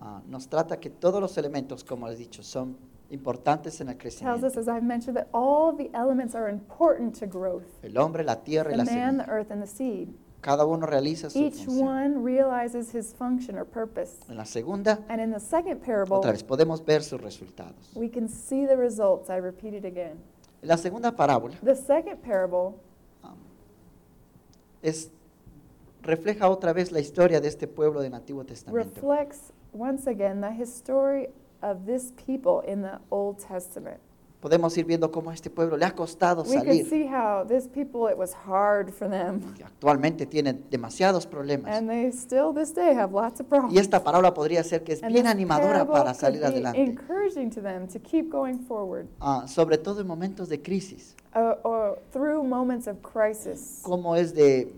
S2: ah, nos trata que todos los elementos, como les he dicho, son importantes en el
S3: tells us,
S2: crecimiento.
S3: as I've mentioned, that all the elements are important to growth
S2: El hombre, la tierra y
S3: the
S2: la
S3: man, the
S2: semilla.
S3: earth, and the seed.
S2: Cada uno realiza su
S3: Each
S2: función.
S3: one realizes his function or purpose.
S2: En la segunda,
S3: And in the second parable,
S2: otra vez, podemos ver sus resultados.
S3: we can see the results. I repeat it again.
S2: En la segunda parábola
S3: The second parable
S2: um, es, refleja otra vez la historia de este pueblo del Antiguo Testamento.
S3: reflects once again the history of this people in the Old Testament.
S2: Podemos ir viendo cómo a este pueblo le ha costado
S3: We can
S2: salir.
S3: see how this people, it was hard for them.
S2: Y actualmente tienen demasiados problemas.
S3: And they still this day have lots of problems.
S2: Y esta parábola podría ser que es
S3: And
S2: bien
S3: this
S2: animadora
S3: parable
S2: para
S3: could
S2: salir
S3: be
S2: adelante,
S3: Encouraging to them to keep going forward
S2: Ah, sobre todo en momentos de crisis.
S3: uh, or through moments of crisis.
S2: Cómo es de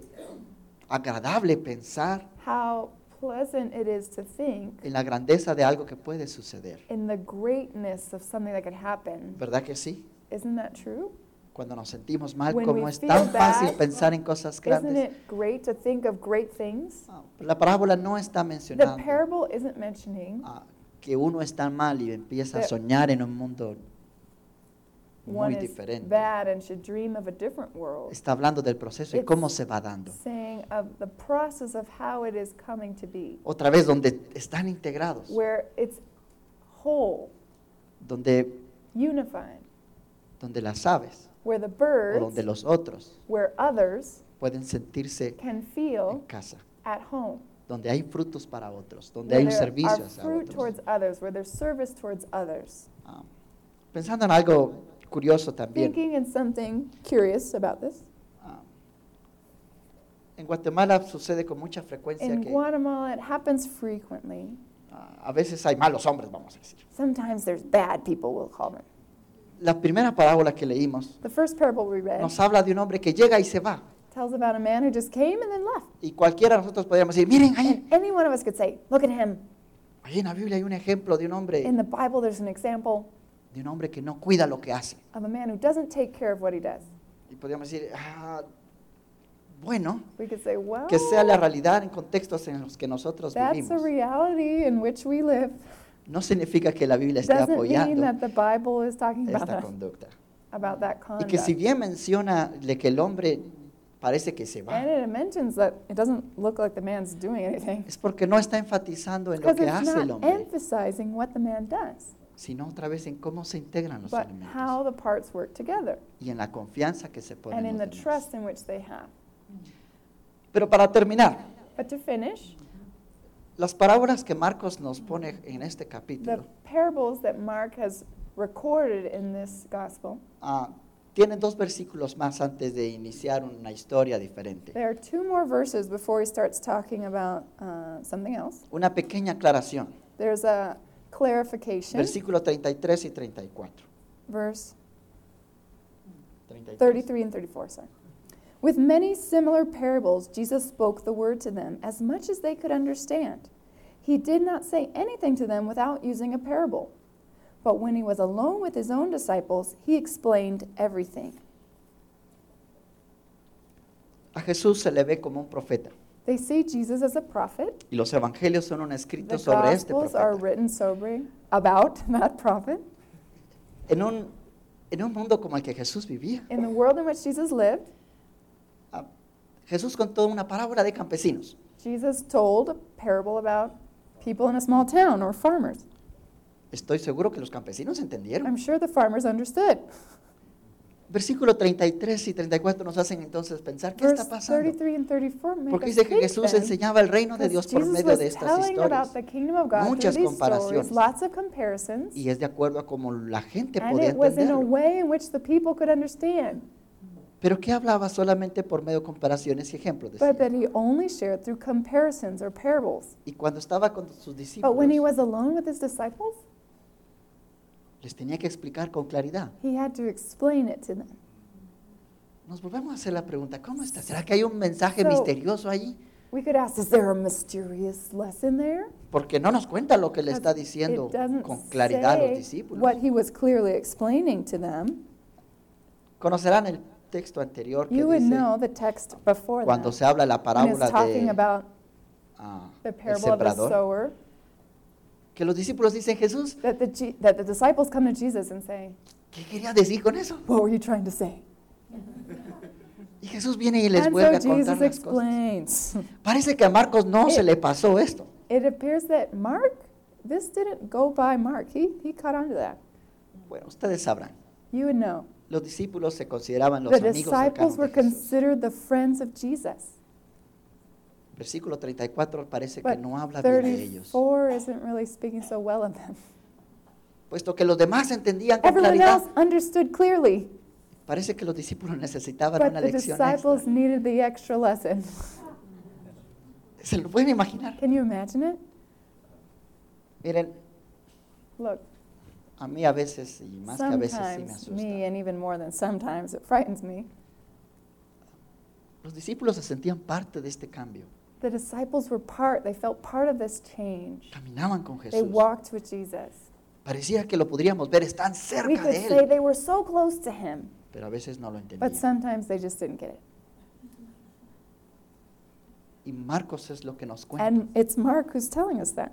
S2: agradable pensar
S3: How pleasant it is to think
S2: en la grandeza de algo que puede suceder.
S3: in the greatness of something that could happen.
S2: ¿Verdad que sí?
S3: Isn't that true?
S2: Cuando nos sentimos mal,
S3: When
S2: cómo
S3: we
S2: es
S3: feel
S2: tan fácil
S3: bad,
S2: pensar en cosas
S3: Isn't
S2: grandes.
S3: it great to think of great things?
S2: Ah, La parábola no está
S3: The
S2: mencionando
S3: parable isn't mentioning
S2: ah, que uno está mal y empieza a
S3: That
S2: soñar en un mundo
S3: one
S2: muy
S3: is
S2: diferente.
S3: bad and should dream of a different world.
S2: Está hablando del proceso y
S3: It's-
S2: cómo se va dando.
S3: Saying of the process of how it is coming to be,
S2: Otra vez, donde están integrados,
S3: where it's whole,
S2: donde,
S3: unified,
S2: donde las aves
S3: where the
S2: o donde
S3: birds,
S2: los otros
S3: where others
S2: pueden sentirse
S3: can
S2: en
S3: feel
S2: casa,
S3: at home,
S2: donde hay frutos para otros, donde
S3: where
S2: hay un
S3: there
S2: servicio
S3: are
S2: hacia
S3: fruit
S2: otros.
S3: towards others, where there's service towards others.
S2: Ah, pensando en algo curioso también,
S3: Thinking in something curious about this.
S2: ah, en Guatemala sucede con mucha frecuencia
S3: In
S2: que
S3: Guatemala, it happens frequently.
S2: ah, a veces hay malos hombres, vamos a decir.
S3: Sometimes there's bad people, we'll call them.
S2: La primera parábola que leímos
S3: The first parable we read
S2: nos habla de un hombre que llega y se va.
S3: tells about a man who just came and then left.
S2: Y cualquiera de nosotros podríamos decir, miren, ahí,
S3: And any one of us could say, Look at him.
S2: ahí en la Biblia hay un ejemplo de un hombre,
S3: In the Bible, there's an example
S2: de un hombre que no cuida lo que hace.
S3: of a man who doesn't take care of what he does.
S2: Y podríamos decir, "Ah, bueno,
S3: We could say, Well,
S2: que sea la realidad en contextos en los que nosotros
S3: that's a
S2: vivimos.
S3: reality in which we live.
S2: No significa que la Biblia esté
S3: Doesn't mean
S2: apoyando
S3: that the Bible is talking about
S2: esta
S3: that,
S2: conducta.
S3: about that
S2: Y que si
S3: conduct.
S2: bien menciona de que el hombre parece que se
S3: And
S2: va,
S3: it mentions that it doesn't look like the man's doing anything.
S2: es porque no está enfatizando en lo
S3: Because
S2: que
S3: it's
S2: hace el
S3: not
S2: hombre,
S3: emphasizing what the man does,
S2: sino otra vez en cómo se integran los
S3: but how
S2: elementos
S3: the parts work together
S2: y en la confianza que se
S3: and
S2: pone.
S3: in the trust in which they have.
S2: Pero para terminar,
S3: But to finish,
S2: las parábolas que Marcos nos pone en este
S3: the
S2: capítulo
S3: parables that Mark has recorded in this gospel,
S2: ah, tienen dos versículos más antes de iniciar una historia diferente.
S3: there are two more verses before he starts talking about uh, something else.
S2: Una pequeña aclaración,
S3: There's a clarification,
S2: versículos 33 y 34.
S3: verse
S2: 33.
S3: 33 and 34, sorry. With many similar parables, Jesus spoke the word to them as much as they could understand. He did not say anything to them without using a parable. But when he was alone with his own disciples, he explained everything.
S2: A Jesús se le ve como un profeta
S3: They see Jesus as a prophet.
S2: y los evangelios son un
S3: The
S2: escrito sobre este
S3: Gospels are
S2: profeta.
S3: written sobering about <laughs> that prophet.
S2: En un, en un mundo como el que Jesús vivía, ah,
S3: In the world in which Jesus lived,
S2: Jesús contó una parábola de campesinos.
S3: Jesus told a parable about people in a small town or farmers.
S2: Estoy seguro que los campesinos entendieron.
S3: I'm sure the farmers understood.
S2: Versículo 33 y 34 nos hacen entonces pensar qué
S3: Verse
S2: está pasando.
S3: 33 and 34 make
S2: Porque
S3: us
S2: dice que
S3: think
S2: Jesús
S3: then,
S2: enseñaba el reino de
S3: because
S2: Dios por
S3: Jesus
S2: medio
S3: was
S2: de estas
S3: telling about
S2: historias.
S3: the kingdom of God through
S2: Muchas
S3: these stories,
S2: comparaciones.
S3: lots of comparisons,
S2: Y es de acuerdo a cómo la gente
S3: and
S2: podía
S3: it was in a
S2: entenderlo.
S3: way in which the people could understand,
S2: Pero que hablaba solamente por medio de comparaciones y ejemplos. decía.
S3: but that he only shared through comparisons or parables.
S2: Y cuando estaba con
S3: But
S2: sus
S3: when he
S2: discípulos,
S3: was alone with his disciples,
S2: les tenía que explicar con claridad.
S3: he had to explain it to them.
S2: Nos volvemos a hacer la pregunta, ¿cómo está? ¿Será que hay un mensaje
S3: So-
S2: misterioso ahí?
S3: We could ask, is there a mysterious lesson there?
S2: Porque no nos cuenta lo que le está
S3: Because
S2: diciendo
S3: it doesn't
S2: con claridad a los
S3: say
S2: discípulos.
S3: What he was clearly explaining to them,
S2: Conocerán el texto anterior que
S3: you would
S2: dice
S3: know the text before
S2: cuando
S3: that.
S2: se habla la
S3: When it's
S2: parábola
S3: talking
S2: de
S3: about
S2: ah,
S3: the
S2: el
S3: parable of the
S2: sembrador,
S3: sower,
S2: que los discípulos dicen Jesús,
S3: that the, Je- that the disciples come to Jesus and say,
S2: ¿qué quería decir con eso?
S3: What were you trying to say?
S2: Y Jesús viene y les
S3: And
S2: vuelve
S3: so
S2: a
S3: Jesus
S2: contar las cosas. <laughs>
S3: explains.
S2: Parece que a Marcos no se
S3: It-
S2: le pasó esto.
S3: It appears that Mark, this didn't go by Mark. He, he caught on to that.
S2: Bueno, ustedes sabrán.
S3: You would know.
S2: Los discípulos se consideraban los
S3: The
S2: amigos cercanos
S3: disciples
S2: de
S3: were
S2: Jesús.
S3: considered the friends of Jesus.
S2: Versículo 34 parece que
S3: But
S2: no habla bien de ellos.
S3: 34 isn't really speaking so well of them.
S2: Puesto que los demás entendían con
S3: Everyone
S2: claridad,
S3: else understood clearly,
S2: parece que los discípulos necesitaban
S3: but
S2: una
S3: the
S2: lección
S3: disciples
S2: extra.
S3: needed the extra lesson.
S2: ¿Se lo pueden imaginar?
S3: Can you imagine it?
S2: Miren,
S3: Look,
S2: a mí a veces, y más que a veces sí me
S3: sometimes
S2: asusta.
S3: me, and even more than sometimes, it frightens me.
S2: Los discípulos se sentían parte de este cambio.
S3: The disciples were part, they felt part of this change.
S2: Caminaban con
S3: They
S2: Jesús.
S3: walked with Jesus.
S2: Pareciera que lo podríamos ver, están
S3: We
S2: cerca
S3: could
S2: de
S3: say
S2: él.
S3: they were so close to him,
S2: Pero a veces no lo
S3: but
S2: entendían.
S3: sometimes they just didn't get it.
S2: Y Marcos es lo que nos cuenta.
S3: And it's Mark who's telling us that.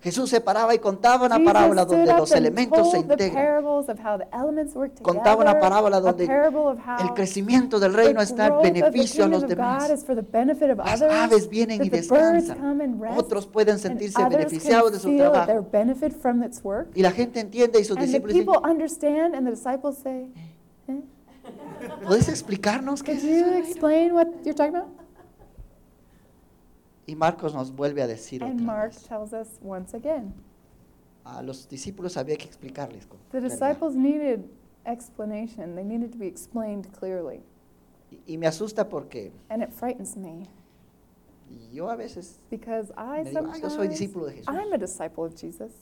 S2: Jesús se paraba y contaba una
S3: Jesus
S2: parábola
S3: stood
S2: donde
S3: up
S2: los
S3: and
S2: elementos se
S3: told the
S2: integran.
S3: parables of how the elements work
S2: Contaba una
S3: together,
S2: parábola
S3: a
S2: donde
S3: parable of how
S2: El crecimiento del reino
S3: the
S2: está en
S3: growth of the
S2: beneficio a
S3: kingdom
S2: los
S3: of God
S2: demás.
S3: is for the benefit of
S2: Las
S3: others,
S2: aves vienen
S3: that
S2: y
S3: the birds
S2: descansan.
S3: come and rest,
S2: Otros pueden
S3: and
S2: sentirse
S3: others can
S2: beneficiados de su
S3: feel that they're
S2: trabajo.
S3: benefit from its work.
S2: Y la gente entiende y sus
S3: And the
S2: discípulos dicen,
S3: people understand, and the disciples say, "Eh,
S2: ¿puedes explicarnos qué
S3: Could
S2: es eso?
S3: you explain what you're talking about?
S2: Y Marcos nos vuelve a decir
S3: And
S2: otra
S3: Mark
S2: vez.
S3: tells us once again
S2: A los discípulos había que explicarles. con
S3: the
S2: claridad.
S3: disciples needed explanation, they needed to be explained clearly.
S2: Y- y me asusta porque
S3: And it frightens me
S2: yo a veces
S3: because I
S2: me digo, "Ah, yo soy
S3: sometimes.
S2: discípulo de Jesús.
S3: I'm a disciple of Jesus.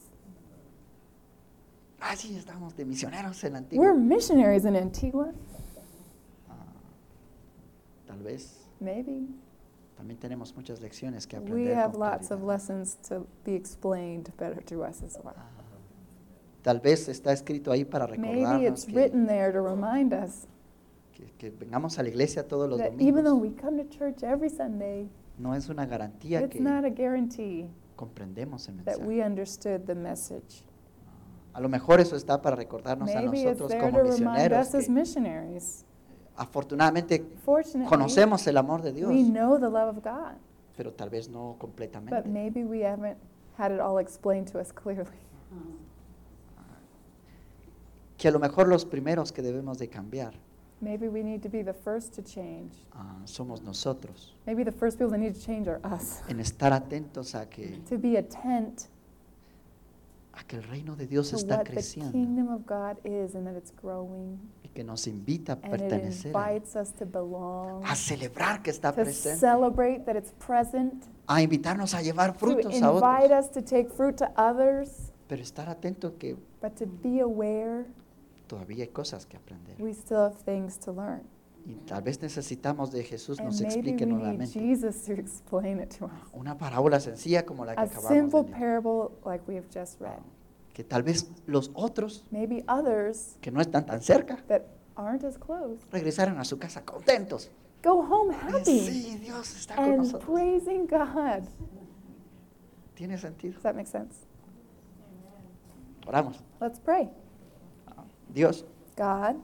S2: Así estamos Ah, de misioneros en la antigua.
S3: We're missionaries in Antigua.
S2: Ah, tal vez
S3: Maybe.
S2: también tenemos muchas lecciones que aprender.
S3: We
S2: con
S3: have lots of
S2: claridad.
S3: lessons to be explained better to us as well.
S2: Ah, Tal vez está escrito ahí para
S3: Maybe it's
S2: recordarnos que,
S3: written there to remind us
S2: que- que vengamos a la iglesia todos los
S3: that even though
S2: domingos.
S3: we come to church every Sunday,
S2: No es una garantía
S3: it's
S2: que
S3: not a guarantee
S2: comprendemos el
S3: that
S2: mensaje. Ah,
S3: we understood the message.
S2: A lo mejor eso está para recordarnos a
S3: Maybe it's
S2: nosotros
S3: there
S2: como
S3: to remind
S2: misioneros
S3: us as
S2: que
S3: missionaries.
S2: afortunadamente
S3: Fortunately,
S2: conocemos el amor de Dios,
S3: we know the love of God,
S2: pero tal vez no
S3: but
S2: completamente.
S3: maybe we haven't had it all explained to us <laughs> clearly.
S2: Que a lo mejor los primeros que debemos de cambiar
S3: Maybe we need to be the first to change.
S2: ah, somos nosotros,
S3: Maybe the first people that need to change are us.
S2: en estar atentos a que,
S3: To be attent
S2: a que el reino de Dios
S3: to
S2: está
S3: what the
S2: creciendo
S3: kingdom of God is and that it's growing
S2: y que nos invita a
S3: and it
S2: pertenecer, a,
S3: invites us to belong,
S2: a celebrar que está
S3: to
S2: presente,
S3: celebrate that it's present,
S2: a invitarnos a llevar
S3: to
S2: frutos a
S3: invite
S2: otros,
S3: us to take fruit to others,
S2: pero estar atento que
S3: but to be aware
S2: todavía hay cosas que aprender.
S3: we still have things to learn.
S2: Y tal vez necesitamos de Jesús
S3: And
S2: nos
S3: maybe
S2: explique
S3: we need
S2: nuevamente.
S3: Jesus to explain it to us.
S2: Una parábola sencilla como la que
S3: A
S2: acabamos de
S3: simple
S2: leer.
S3: parable like we have just read.
S2: Que tal vez los otros
S3: Maybe others
S2: que no están tan cerca
S3: that aren't as close
S2: regresaron a su casa contentos.
S3: go home
S2: Dicen,
S3: happy
S2: Sí, Dios está con
S3: and
S2: nosotros.
S3: praising God.
S2: Tiene sentido.
S3: Does that make sense?
S2: Oramos. Ah,
S3: Let's pray.
S2: Dios, ah,
S3: God,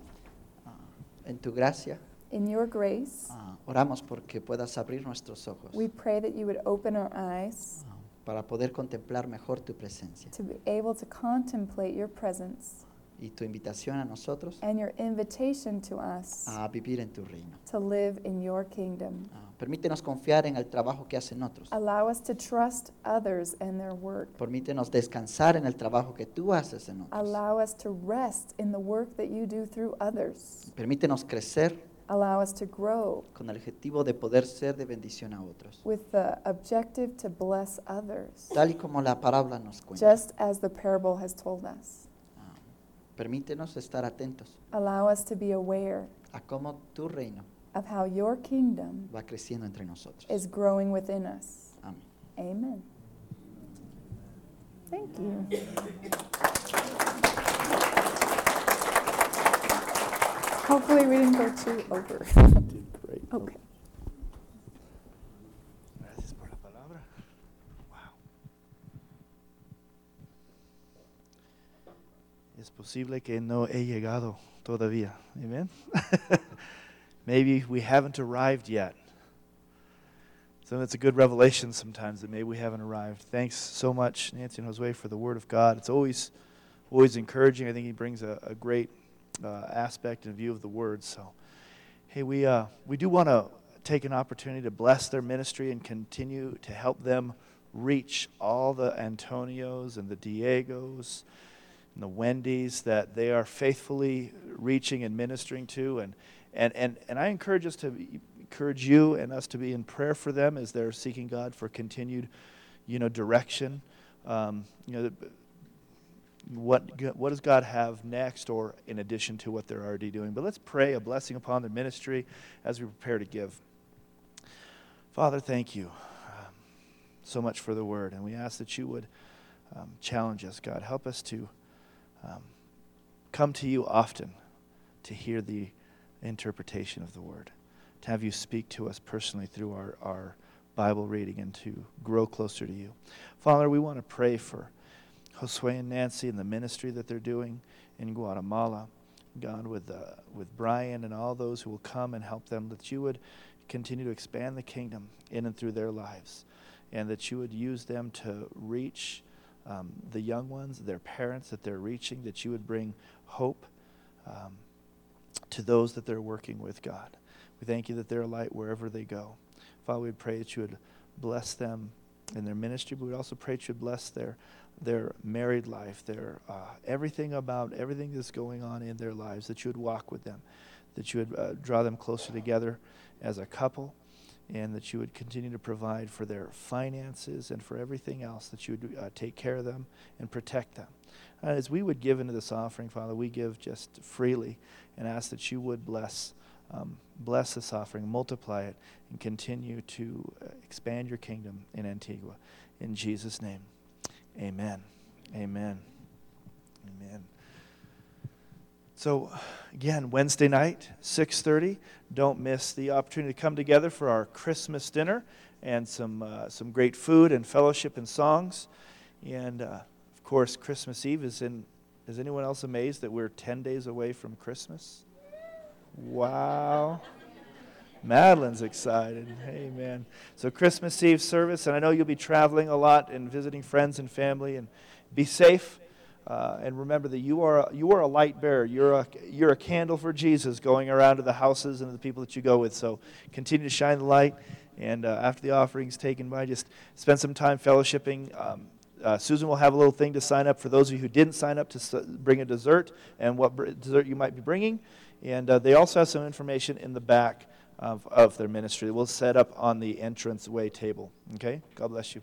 S2: en tu gracia,
S3: in your grace,
S2: Ah, oramos porque puedas abrir nuestros ojos
S3: we pray that you would open our eyes
S2: ah, para poder contemplar mejor tu presencia.
S3: to be able to contemplate your presence
S2: Y tu invitación a nosotros
S3: and your invitation to us
S2: a vivir en tu reino.
S3: to live in your kingdom.
S2: Ah, permítenos confiar en el trabajo que hacen otros.
S3: Allow us to trust others and their work.
S2: Permítenos descansar en el trabajo que tú haces en otros.
S3: Allow us to rest in the work that you do through others.
S2: Permítenos crecer
S3: Allow us to grow
S2: con el objetivo de poder ser de bendición a otros.
S3: with the objective to bless others,
S2: Tal y como la palabra nos cuenta.
S3: just as the parable has told us.
S2: Ah, Permítenos estar atentos
S3: Allow us to be aware
S2: a cómo tu reino
S3: of how your kingdom
S2: va creciendo entre nosotros.
S3: is growing within us.
S2: Amén.
S3: Amen. Thank you. Hopefully, we didn't go too over. Okay.
S1: Gracias por la palabra. Wow. Es posible que no he llegado todavía. Amen. <laughs> maybe we haven't arrived yet. So it's a good revelation sometimes that maybe we haven't arrived. Thanks so much, Nancy and Jose, for the Word of God. It's always, always encouraging. I think he brings a, a great uh, aspect and view of the Word. So, hey, we uh, we do want to take an opportunity to bless their ministry and continue to help them reach all the Antonios and the Diegos and the Wendy's that they are faithfully reaching and ministering to. And, and, and, and I encourage us to be- encourage you and us to be in prayer for them as they're seeking God for continued, you know, direction. Um, you know, the- what, g- what does God have next or in addition to what they're already doing? But let's pray a blessing upon their ministry as we prepare to give. Father, thank you um, so much for the word. And we ask that you would um, challenge us, God. Help us to um, come to you often to hear the interpretation of the word, to have you speak to us personally through our, our Bible reading and to grow closer to you. Father, we want to pray for Josue and Nancy and the ministry that they're doing in Guatemala. God, with, uh, with Brian and all those who will come and help them, that you would continue to expand the kingdom in and through their lives, and that you would use them to reach um, the young ones, their parents that they're reaching, that you would bring hope um, to those that they're working with, God. We thank you that they're a light wherever they go. Father, we pray that you would bless them in their ministry, but we also pray that you would bless their their married life, their uh, everything about everything that's going on in their lives, that you would walk with them, that you would uh, draw them closer together as a couple, and that you would continue to provide for their finances and for everything else, that you would uh, take care of them and protect them. Uh, as we would give into this offering, Father, we give just freely and ask that you would bless. Um, bless this offering, multiply it, and continue to uh, expand your kingdom in Antigua. In Jesus' name. Amen. Amen. Amen. So again, Wednesday night, 6:30, don't miss the opportunity to come together for our Christmas dinner and some uh, some great food and fellowship and songs. And uh, of course, Christmas Eve is in is anyone else amazed that we're 10 days away from Christmas? Wow. Madeline's excited. Amen. So Christmas Eve service, and I know you'll be traveling a lot and visiting friends and family, and be safe. Uh, and remember that you are a, you are a light bearer. You're a you're a candle for Jesus, going around to the houses and the people that you go with. So continue to shine the light. And uh, after the offering's taken by, just spend some time fellowshipping. Um, uh, Susan will have a little thing to sign up for those of you who didn't sign up to s- bring a dessert and what br- dessert you might be bringing. And uh, they also have some information in the back of, of their ministry. We'll set up on the entranceway table. Okay? God bless you.